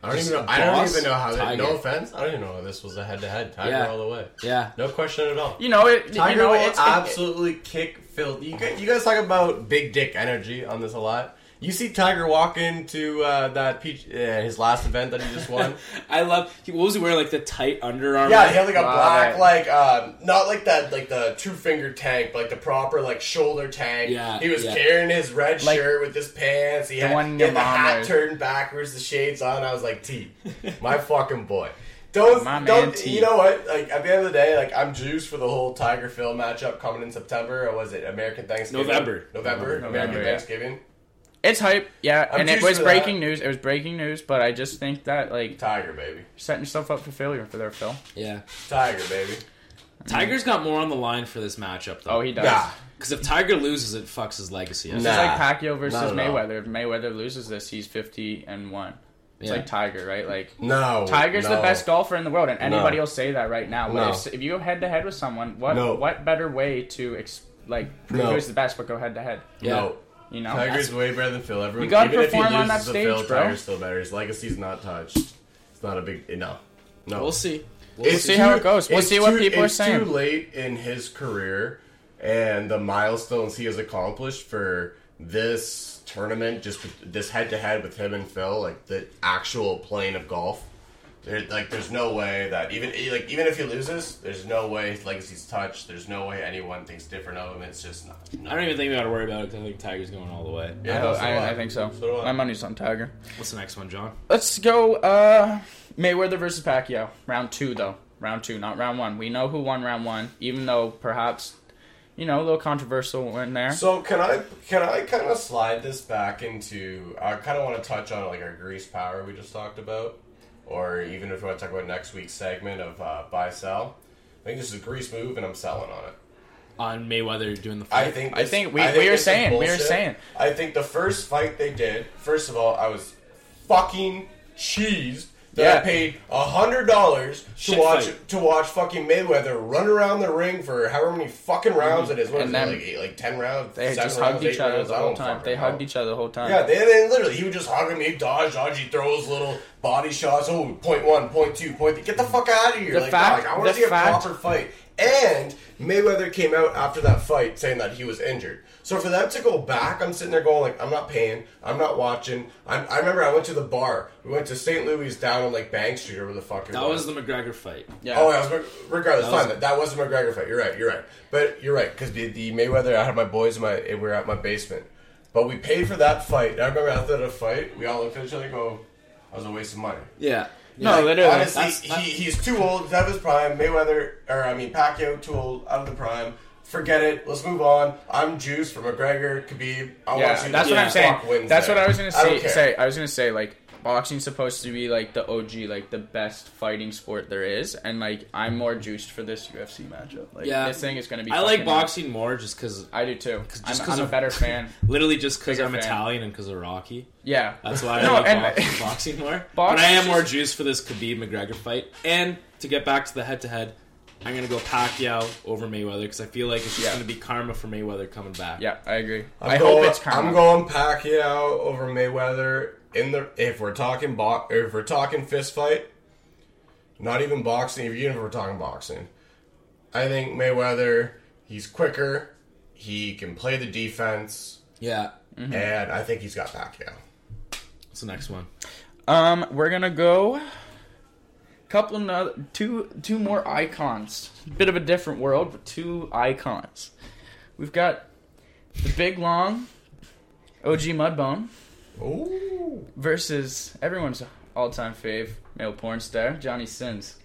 Speaker 7: I don't
Speaker 1: Just
Speaker 7: even know. I don't
Speaker 1: boss
Speaker 7: even know how. That, no
Speaker 1: Tiger.
Speaker 7: offense. I don't even know how this was a head-to-head. Tiger
Speaker 1: Yeah.
Speaker 7: all the way.
Speaker 1: Yeah.
Speaker 7: No question at all.
Speaker 2: You know it.
Speaker 7: Tiger
Speaker 2: you know
Speaker 7: will
Speaker 2: it's
Speaker 7: absolutely kick Phil. You guys, you guys talk about big dick energy on this a lot. You see Tiger walk into uh, that peach, uh, his last event that he just won.
Speaker 1: I love. He, what was he wearing? Like the tight underarm.
Speaker 6: Yeah, he had like a
Speaker 2: Wow,
Speaker 6: black,
Speaker 2: that-
Speaker 6: like um, not like that, like the two finger tank, but like the proper like shoulder tank.
Speaker 1: Yeah,
Speaker 6: he was
Speaker 1: yeah.
Speaker 6: carrying his red
Speaker 2: Like,
Speaker 6: shirt with his pants. He had,
Speaker 2: one
Speaker 6: he had
Speaker 2: your
Speaker 6: the
Speaker 2: mom
Speaker 6: hat
Speaker 2: wears.
Speaker 6: turned backwards, the shades on. I was like, T, my fucking boy. Don't,
Speaker 2: My man
Speaker 6: don't
Speaker 2: T.
Speaker 6: you know what? Like at the end of the day, like I'm juiced for the whole Tiger Phil matchup coming in September. Or was it American Thanksgiving?
Speaker 1: November.
Speaker 6: November,
Speaker 2: November,
Speaker 6: American
Speaker 2: yeah.
Speaker 6: Thanksgiving.
Speaker 2: It's hype, yeah.
Speaker 6: I'm
Speaker 2: and it
Speaker 6: juiced
Speaker 2: was
Speaker 6: for that.
Speaker 2: breaking news. It was breaking news, but I just think that like
Speaker 6: Tiger baby,
Speaker 2: setting yourself up for failure for their Phil.
Speaker 1: Yeah.
Speaker 6: Tiger baby.
Speaker 1: Tiger's got more on the line for this matchup though.
Speaker 2: Oh, he does.
Speaker 6: Nah,
Speaker 1: Because if Tiger loses, it fucks his legacy. up.
Speaker 7: Nah.
Speaker 2: It's like Pacquiao versus
Speaker 7: not at all.
Speaker 2: Mayweather. If Mayweather loses this, he's fifty and one. It's
Speaker 1: Yeah.
Speaker 2: like Tiger, right? Like
Speaker 7: No,
Speaker 2: Tiger's the
Speaker 7: no.
Speaker 2: best golfer in the world, and anybody
Speaker 7: No.
Speaker 2: will say that right now. But
Speaker 7: No.
Speaker 2: if, if you go head to head with someone, what
Speaker 7: No.
Speaker 2: what better way to ex- like prove
Speaker 7: No.
Speaker 2: who's the best, but go head to head?
Speaker 1: Yeah.
Speaker 7: No,
Speaker 2: You know,
Speaker 7: Tiger's way better than Phil. Everyone,
Speaker 2: You gotta
Speaker 7: even if he
Speaker 2: perform on
Speaker 7: loses
Speaker 2: that
Speaker 7: to Phil,
Speaker 2: stage, bro.
Speaker 7: Tiger's still better. His legacy's not touched. It's not a big no. No,
Speaker 1: We'll see. We'll
Speaker 7: It's
Speaker 1: see.
Speaker 2: see how it goes. We'll
Speaker 7: it's
Speaker 2: see what
Speaker 7: too-
Speaker 2: people are
Speaker 7: it's
Speaker 2: saying.
Speaker 7: Too late in his career and the milestones he has accomplished for this tournament, just with- this head to head with him and Phil, like the actual plane of golf. There, like, there's no way that even e, like even if he loses, there's no way his legacy's touched. There's no way anyone thinks different of him. It's just not.
Speaker 1: I don't even think we got to worry about it. 'cause I think Tiger's going all the way.
Speaker 7: Yeah,
Speaker 2: I,
Speaker 7: so do
Speaker 2: I, I think so.
Speaker 7: do I.
Speaker 2: My money's on Tiger.
Speaker 1: What's the next one, John?
Speaker 2: Let's go uh Mayweather versus Pacquiao. Round two though. Round two, not round one. We know who won round one, even though perhaps you know, a little controversial in there.
Speaker 7: So can I can I kind of slide this back into? I kind of want to touch on like our grease power we just talked about, or even if we want to talk about next week's segment of uh, buy sell. I think this is a grease move, and I'm selling on it.
Speaker 1: On Mayweather doing the fight.
Speaker 7: I think
Speaker 2: I think we- we
Speaker 7: are
Speaker 2: were saying- we were saying.
Speaker 7: I think the first fight they did. First of all, I was fucking cheesed
Speaker 6: that I
Speaker 5: Yeah.
Speaker 6: paid hundred dollars to
Speaker 1: Shit
Speaker 6: watch
Speaker 1: fight.
Speaker 6: to watch fucking Mayweather run around the ring for however many fucking rounds it is. What
Speaker 2: Mhm. And
Speaker 6: is it,
Speaker 2: then-
Speaker 6: like eight, like ten rounds?
Speaker 2: They
Speaker 6: seven
Speaker 2: just
Speaker 6: rounds,
Speaker 2: hugged each
Speaker 6: eight
Speaker 2: other
Speaker 6: rounds?
Speaker 2: the
Speaker 6: I
Speaker 2: whole
Speaker 6: don't
Speaker 2: time.
Speaker 6: fucking
Speaker 2: They
Speaker 6: know.
Speaker 2: hugged each other the whole time.
Speaker 6: Yeah, they, they literally he would just hug him. He dodge, dodge, he throws little body shots. Oh, point one, point two, point three. Get the fuck out of here!
Speaker 2: The
Speaker 6: like,
Speaker 2: fact-
Speaker 6: dog, I want to
Speaker 2: the
Speaker 6: see a
Speaker 2: fact-
Speaker 6: proper fight. And Mayweather came out after that fight saying that he was injured. So for them to go back, I'm sitting there going like, I'm not paying. I'm not watching. I'm, I remember I went to the bar. We went to St. Louis down on like Bank Street or where the fuck it
Speaker 1: That was the McGregor fight.
Speaker 2: Yeah.
Speaker 6: Oh, that was regardless.
Speaker 1: That was-
Speaker 6: fine. That, that was a McGregor fight. You're right. You're right. But you're right because the, the Mayweather. I had my boys. In my we were at my basement, but we paid for that fight. And I remember after the fight, we all looked at each other and go, "That was a waste of money."
Speaker 1: Yeah.
Speaker 2: No, literally.
Speaker 6: Honestly,
Speaker 1: that's- that's-
Speaker 6: he, he's too old. He's out of his prime. Mayweather, or I mean Pacquiao, too old, out of the prime. Forget it. Let's move on. I'm juiced for McGregor, Khabib. I want to
Speaker 2: yeah,
Speaker 6: see
Speaker 2: that's
Speaker 6: the
Speaker 2: what I'm
Speaker 6: fuck
Speaker 2: saying.
Speaker 6: wins
Speaker 2: That's
Speaker 6: there.
Speaker 2: what I was gonna
Speaker 6: I
Speaker 2: say.
Speaker 6: don't care.
Speaker 2: say I was gonna say like boxing's supposed to be like the OG, like the best fighting sport there is, and like I'm more juiced for this UFC matchup. Like
Speaker 1: Yeah.
Speaker 2: this thing is gonna be.
Speaker 1: I like
Speaker 2: fucking-
Speaker 1: boxing more just because,
Speaker 2: I do too.
Speaker 1: just
Speaker 2: I'm,
Speaker 1: 'cause
Speaker 2: I'm a
Speaker 1: of-
Speaker 2: better fan.
Speaker 1: literally just because
Speaker 2: Bigger
Speaker 1: I'm
Speaker 2: fan.
Speaker 1: Italian and because of Rocky.
Speaker 2: Yeah,
Speaker 1: That's why I
Speaker 2: No,
Speaker 1: like
Speaker 2: and-
Speaker 1: boxing, boxing more. but
Speaker 2: Boxing
Speaker 1: I am
Speaker 2: is
Speaker 1: more
Speaker 2: just-
Speaker 1: juiced for this Khabib McGregor fight. And to get back to the head to head, I'm gonna go Pacquiao over Mayweather because I feel like it's just
Speaker 2: Yeah.
Speaker 1: gonna be karma for Mayweather coming back.
Speaker 2: yeah, I agree.
Speaker 6: I'm
Speaker 2: i hope
Speaker 6: going,
Speaker 2: it's karma.
Speaker 6: I'm going Pacquiao over Mayweather in the if we're talking bo- or if we're talking fist fight, not even boxing. If even if we're talking boxing, I think Mayweather he's quicker, he can play the defense,
Speaker 1: yeah.
Speaker 2: Mm-hmm.
Speaker 6: and I think he's got Pacquiao.
Speaker 1: What's the next one?
Speaker 2: Um, we're gonna go. Couple another two two more icons. Bit of a different world, but two icons. We've got the big long OG Mudbone
Speaker 6: Ooh,
Speaker 2: versus everyone's all time fave male porn star Johnny Sins.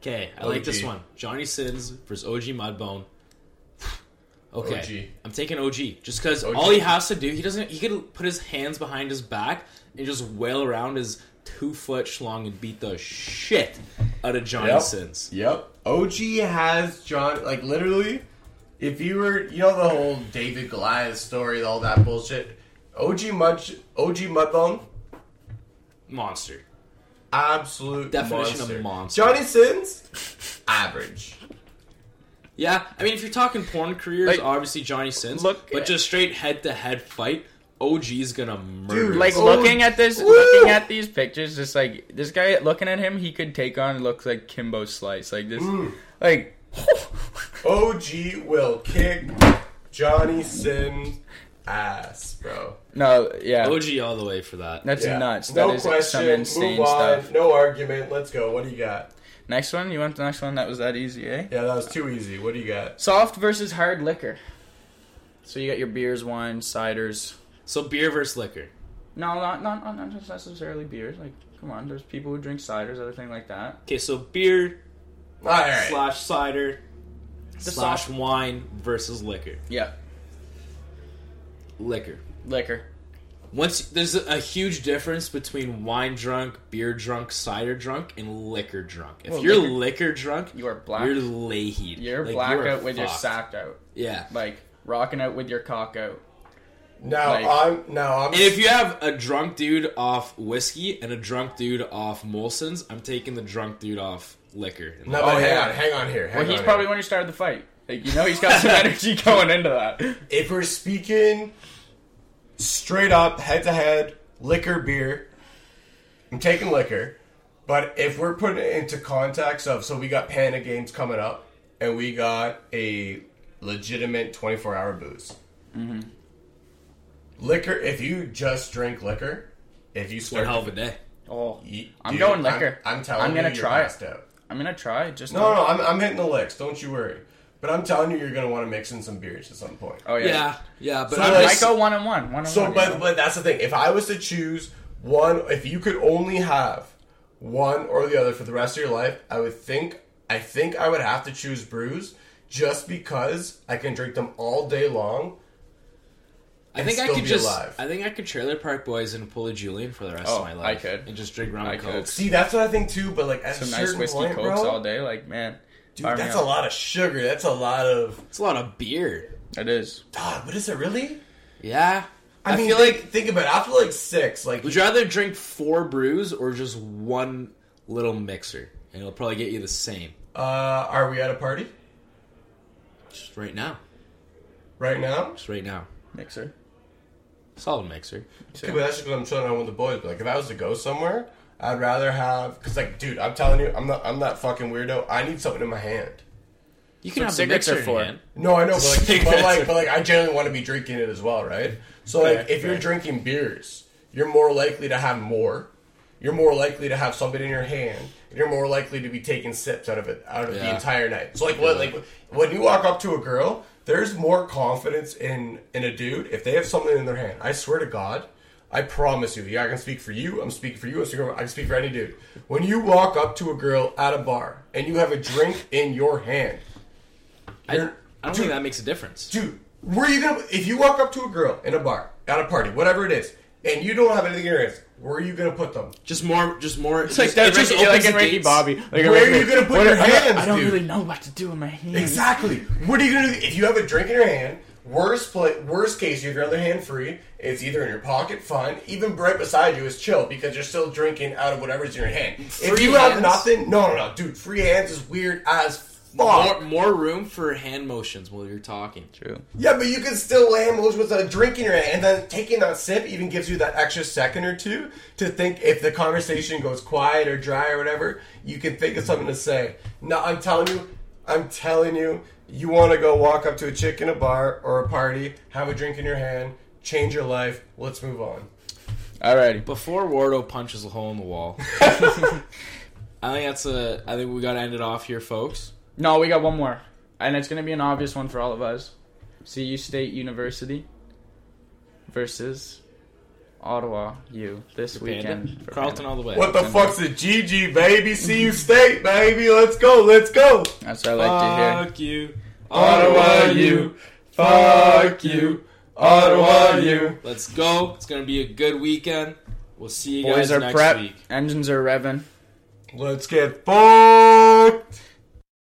Speaker 1: Okay, I like this
Speaker 6: OG.
Speaker 1: one. Johnny Sins versus OG Mudbone. Okay,
Speaker 6: OG.
Speaker 1: I'm taking OG just because
Speaker 6: OG.
Speaker 1: all he has to do he doesn't he could put his hands behind his back and just wail around his two foot schlong and beat the shit out of Johnny
Speaker 6: Yep.
Speaker 1: Sins.
Speaker 6: yep.
Speaker 7: OG has John like literally. If you were, you know, the whole David Goliath story, all that bullshit.
Speaker 6: OG Mudge, OG Mudbone,
Speaker 1: Monster.
Speaker 6: absolute
Speaker 1: Definition of
Speaker 6: monster.
Speaker 1: monster.
Speaker 6: Johnny Sins, average.
Speaker 1: Yeah, I mean if you're talking porn careers,
Speaker 2: Like,
Speaker 1: obviously Johnny Sins.
Speaker 2: look
Speaker 1: but
Speaker 2: at-
Speaker 1: just straight head to head fight, OG's gonna murder.
Speaker 6: Dude,
Speaker 2: Like
Speaker 6: Oh,
Speaker 2: looking at this,
Speaker 6: woo!
Speaker 2: looking at these pictures, just like this guy looking at him, he could take on looks like Kimbo Slice, like this,
Speaker 6: Mm.
Speaker 2: like.
Speaker 6: OG will kick Johnny Sins ass, bro.
Speaker 2: No, yeah,
Speaker 1: OG all the way for that.
Speaker 2: that's
Speaker 6: Yeah.
Speaker 2: nuts.
Speaker 6: No
Speaker 2: that is some
Speaker 6: question.
Speaker 2: insane
Speaker 6: Move on.
Speaker 2: stuff.
Speaker 6: No argument. Let's go. What do you got?
Speaker 2: Next one? You want the next one? That was that easy, eh?
Speaker 6: Yeah, that was too easy. What do you got?
Speaker 2: Soft versus hard liquor. So you got your beers, wine, ciders.
Speaker 1: So beer versus liquor.
Speaker 2: No, not not not, not just necessarily beers. Like, come on, there's people who drink ciders, other thing like that.
Speaker 1: Okay, so beer
Speaker 6: All right.
Speaker 1: slash cider slash
Speaker 2: soft-
Speaker 1: wine versus liquor.
Speaker 2: Yeah,
Speaker 1: Liquor.
Speaker 2: liquor.
Speaker 1: Once there's a, a huge difference between wine drunk, beer drunk, cider drunk, and liquor drunk. If
Speaker 2: Well,
Speaker 1: you're liquor,
Speaker 2: liquor-
Speaker 1: drunk,
Speaker 2: You are black.
Speaker 1: You're
Speaker 2: You're,
Speaker 1: lahied. Like,
Speaker 2: blackout
Speaker 1: are
Speaker 2: with your
Speaker 1: fucked.
Speaker 2: sack out,
Speaker 1: Yeah.
Speaker 2: like rocking out with your cock out.
Speaker 6: Now
Speaker 2: Like-
Speaker 6: I'm. Now I'm.
Speaker 1: And if you have a drunk dude off whiskey and a drunk dude off Molson's, I'm taking the drunk dude off liquor.
Speaker 6: no,
Speaker 1: Like,
Speaker 6: but hang
Speaker 2: Oh, yeah.
Speaker 6: on. Hang on here. Hang
Speaker 2: Well, he's
Speaker 6: on
Speaker 2: probably
Speaker 6: here.
Speaker 2: when you started the fight. Like, you know, he's got some energy going into that.
Speaker 6: If we're speaking straight up, head to head, liquor, beer, I'm taking liquor. But if we're putting it into context of, so we got Panic Games coming up, and we got a legitimate 24 hour booze.
Speaker 2: Mm-hmm.
Speaker 6: Liquor, if you just drink liquor, if you
Speaker 1: One
Speaker 6: start
Speaker 1: hell of a day.
Speaker 2: Oh,
Speaker 6: Ye-
Speaker 2: I'm
Speaker 6: dude,
Speaker 2: going liquor.
Speaker 6: I'm, I'm telling
Speaker 2: I'm gonna
Speaker 6: you,
Speaker 2: try it.
Speaker 6: you're passed out.
Speaker 2: I'm gonna try. Just
Speaker 6: No, no, I'm, I'm hitting the licks. Don't you worry. But I'm telling you, you're gonna want to mix in some beers at some point.
Speaker 2: Oh yeah.
Speaker 1: Yeah, yeah, but
Speaker 6: So,
Speaker 1: I'm
Speaker 6: like,
Speaker 1: just-
Speaker 2: Might go one on one. One on
Speaker 6: So,
Speaker 2: one.
Speaker 6: but but that's the thing. If I was to choose one, if you could only have one or the other for the rest of your life, I would think I think I would have to choose brews just because I can drink them all day long.
Speaker 1: I think I
Speaker 6: still
Speaker 1: could
Speaker 6: be
Speaker 1: just.
Speaker 6: alive.
Speaker 1: I think I could trailer park boys and pull a Julian for the rest
Speaker 2: Oh,
Speaker 1: of my
Speaker 2: I
Speaker 1: life.
Speaker 2: could.
Speaker 1: and just drink rum and
Speaker 2: I could.
Speaker 1: coke.
Speaker 6: See, that's what I think too. But like at
Speaker 2: some
Speaker 6: a
Speaker 2: nice
Speaker 6: certain
Speaker 2: whiskey
Speaker 6: point,
Speaker 2: cokes
Speaker 6: bro,
Speaker 2: all day. Like man,
Speaker 6: dude, that's a lot of sugar. That's a lot of
Speaker 1: It's a lot of beer.
Speaker 2: It is.
Speaker 6: God. What is it really?
Speaker 1: Yeah, I,
Speaker 6: I, mean,
Speaker 1: feel
Speaker 6: think,
Speaker 1: like
Speaker 6: think about it. After like six, like
Speaker 1: would you rather drink four brews or just one Little Mixer, and it'll probably get you the same
Speaker 8: Uh, are we at a party
Speaker 1: just right now.
Speaker 8: right now?
Speaker 1: Just right now,
Speaker 2: Mixer.
Speaker 1: solid Mixer.
Speaker 8: So-
Speaker 6: Yeah, but that's just because I'm chilling out with the boys. But like, if I was to go somewhere, I'd rather have because, like, dude, I'm telling you, I'm not, I'm that fucking weirdo. I need something in my hand.
Speaker 1: You can
Speaker 2: That's what
Speaker 1: have the
Speaker 2: cigarettes
Speaker 1: mixer
Speaker 2: are for.
Speaker 1: in hand.
Speaker 6: No, I know, but like, but
Speaker 1: Cigarettes
Speaker 6: like,
Speaker 1: are-
Speaker 6: but like, I generally want to be drinking it as well, right? So like,
Speaker 2: Fair,
Speaker 6: if you're
Speaker 2: fair.
Speaker 6: drinking beers, you're more likely to have more. You're more likely to have something in your hand. And you're more likely to be taking sips out of it out of the
Speaker 1: Yeah.
Speaker 6: entire night. So like, what, like when you walk up to a girl, there's more confidence in in a dude if they have something in their hand. I swear to God. I promise you, yeah, I can speak for you. I'm speaking for you. I'm speaking for- I can speak for any dude. When you walk up to a girl at a bar and you have a drink in your hand,
Speaker 1: I, I
Speaker 6: You're-
Speaker 1: don't think that makes a difference.
Speaker 6: dude, where are you gonna? If you walk up to a girl in a bar, at a party, whatever it is, and you don't have anything in your hands, where are you gonna put them?
Speaker 1: Just more, just more.
Speaker 2: It's like that. Ricky, like in Ricky Bobby. Like in
Speaker 6: Where are
Speaker 2: Ricky-
Speaker 6: you gonna put
Speaker 2: What-
Speaker 6: your
Speaker 2: I'm not-
Speaker 6: hands,
Speaker 2: I don't
Speaker 6: dude?
Speaker 2: really know what to do with my hands.
Speaker 6: Exactly. What are you gonna do if you have a drink in your hand? Worst play, worst case, you have your other hand free. It's either in your pocket, fine. Even right beside you is chill because you're still drinking out of whatever's in your hand. if
Speaker 1: Free
Speaker 6: you have
Speaker 1: hands?
Speaker 6: nothing, no, no, no, dude. Free hands is weird as
Speaker 1: More,
Speaker 6: fuck.
Speaker 1: more room for hand motions while you're talking.
Speaker 2: True.
Speaker 6: Yeah, but you can still lay moves with a drink in your hand, and then taking that sip even gives you that extra second or two to think if the conversation goes quiet or dry or whatever, you can think of something to say. No, I'm telling you, I'm telling you, you want to go walk up to a chick in a bar or a party, have a drink in your hand, change your life. Let's move on.
Speaker 2: Alrighty.
Speaker 1: Before Wardo punches a hole in the wall, I think that's a. I think we got to end it off here, folks.
Speaker 2: No, we got one more, and it's gonna be an obvious one for all of us. CU State University versus Ottawa U this
Speaker 1: Panda.
Speaker 2: weekend. for
Speaker 1: Carlton
Speaker 2: Panda.
Speaker 1: all the way.
Speaker 6: What the fuck's a GG, baby? See you state, baby. Let's go. Let's go.
Speaker 2: That's what I like to hear.
Speaker 1: Fuck you,
Speaker 6: Ottawa U. Fuck you. Ottawa U.
Speaker 1: Let's go. It's gonna be a good weekend. We'll see you
Speaker 2: Boys
Speaker 1: guys
Speaker 2: are
Speaker 1: next
Speaker 2: prep.
Speaker 1: week.
Speaker 2: Engines are revving.
Speaker 6: Let's get fucked.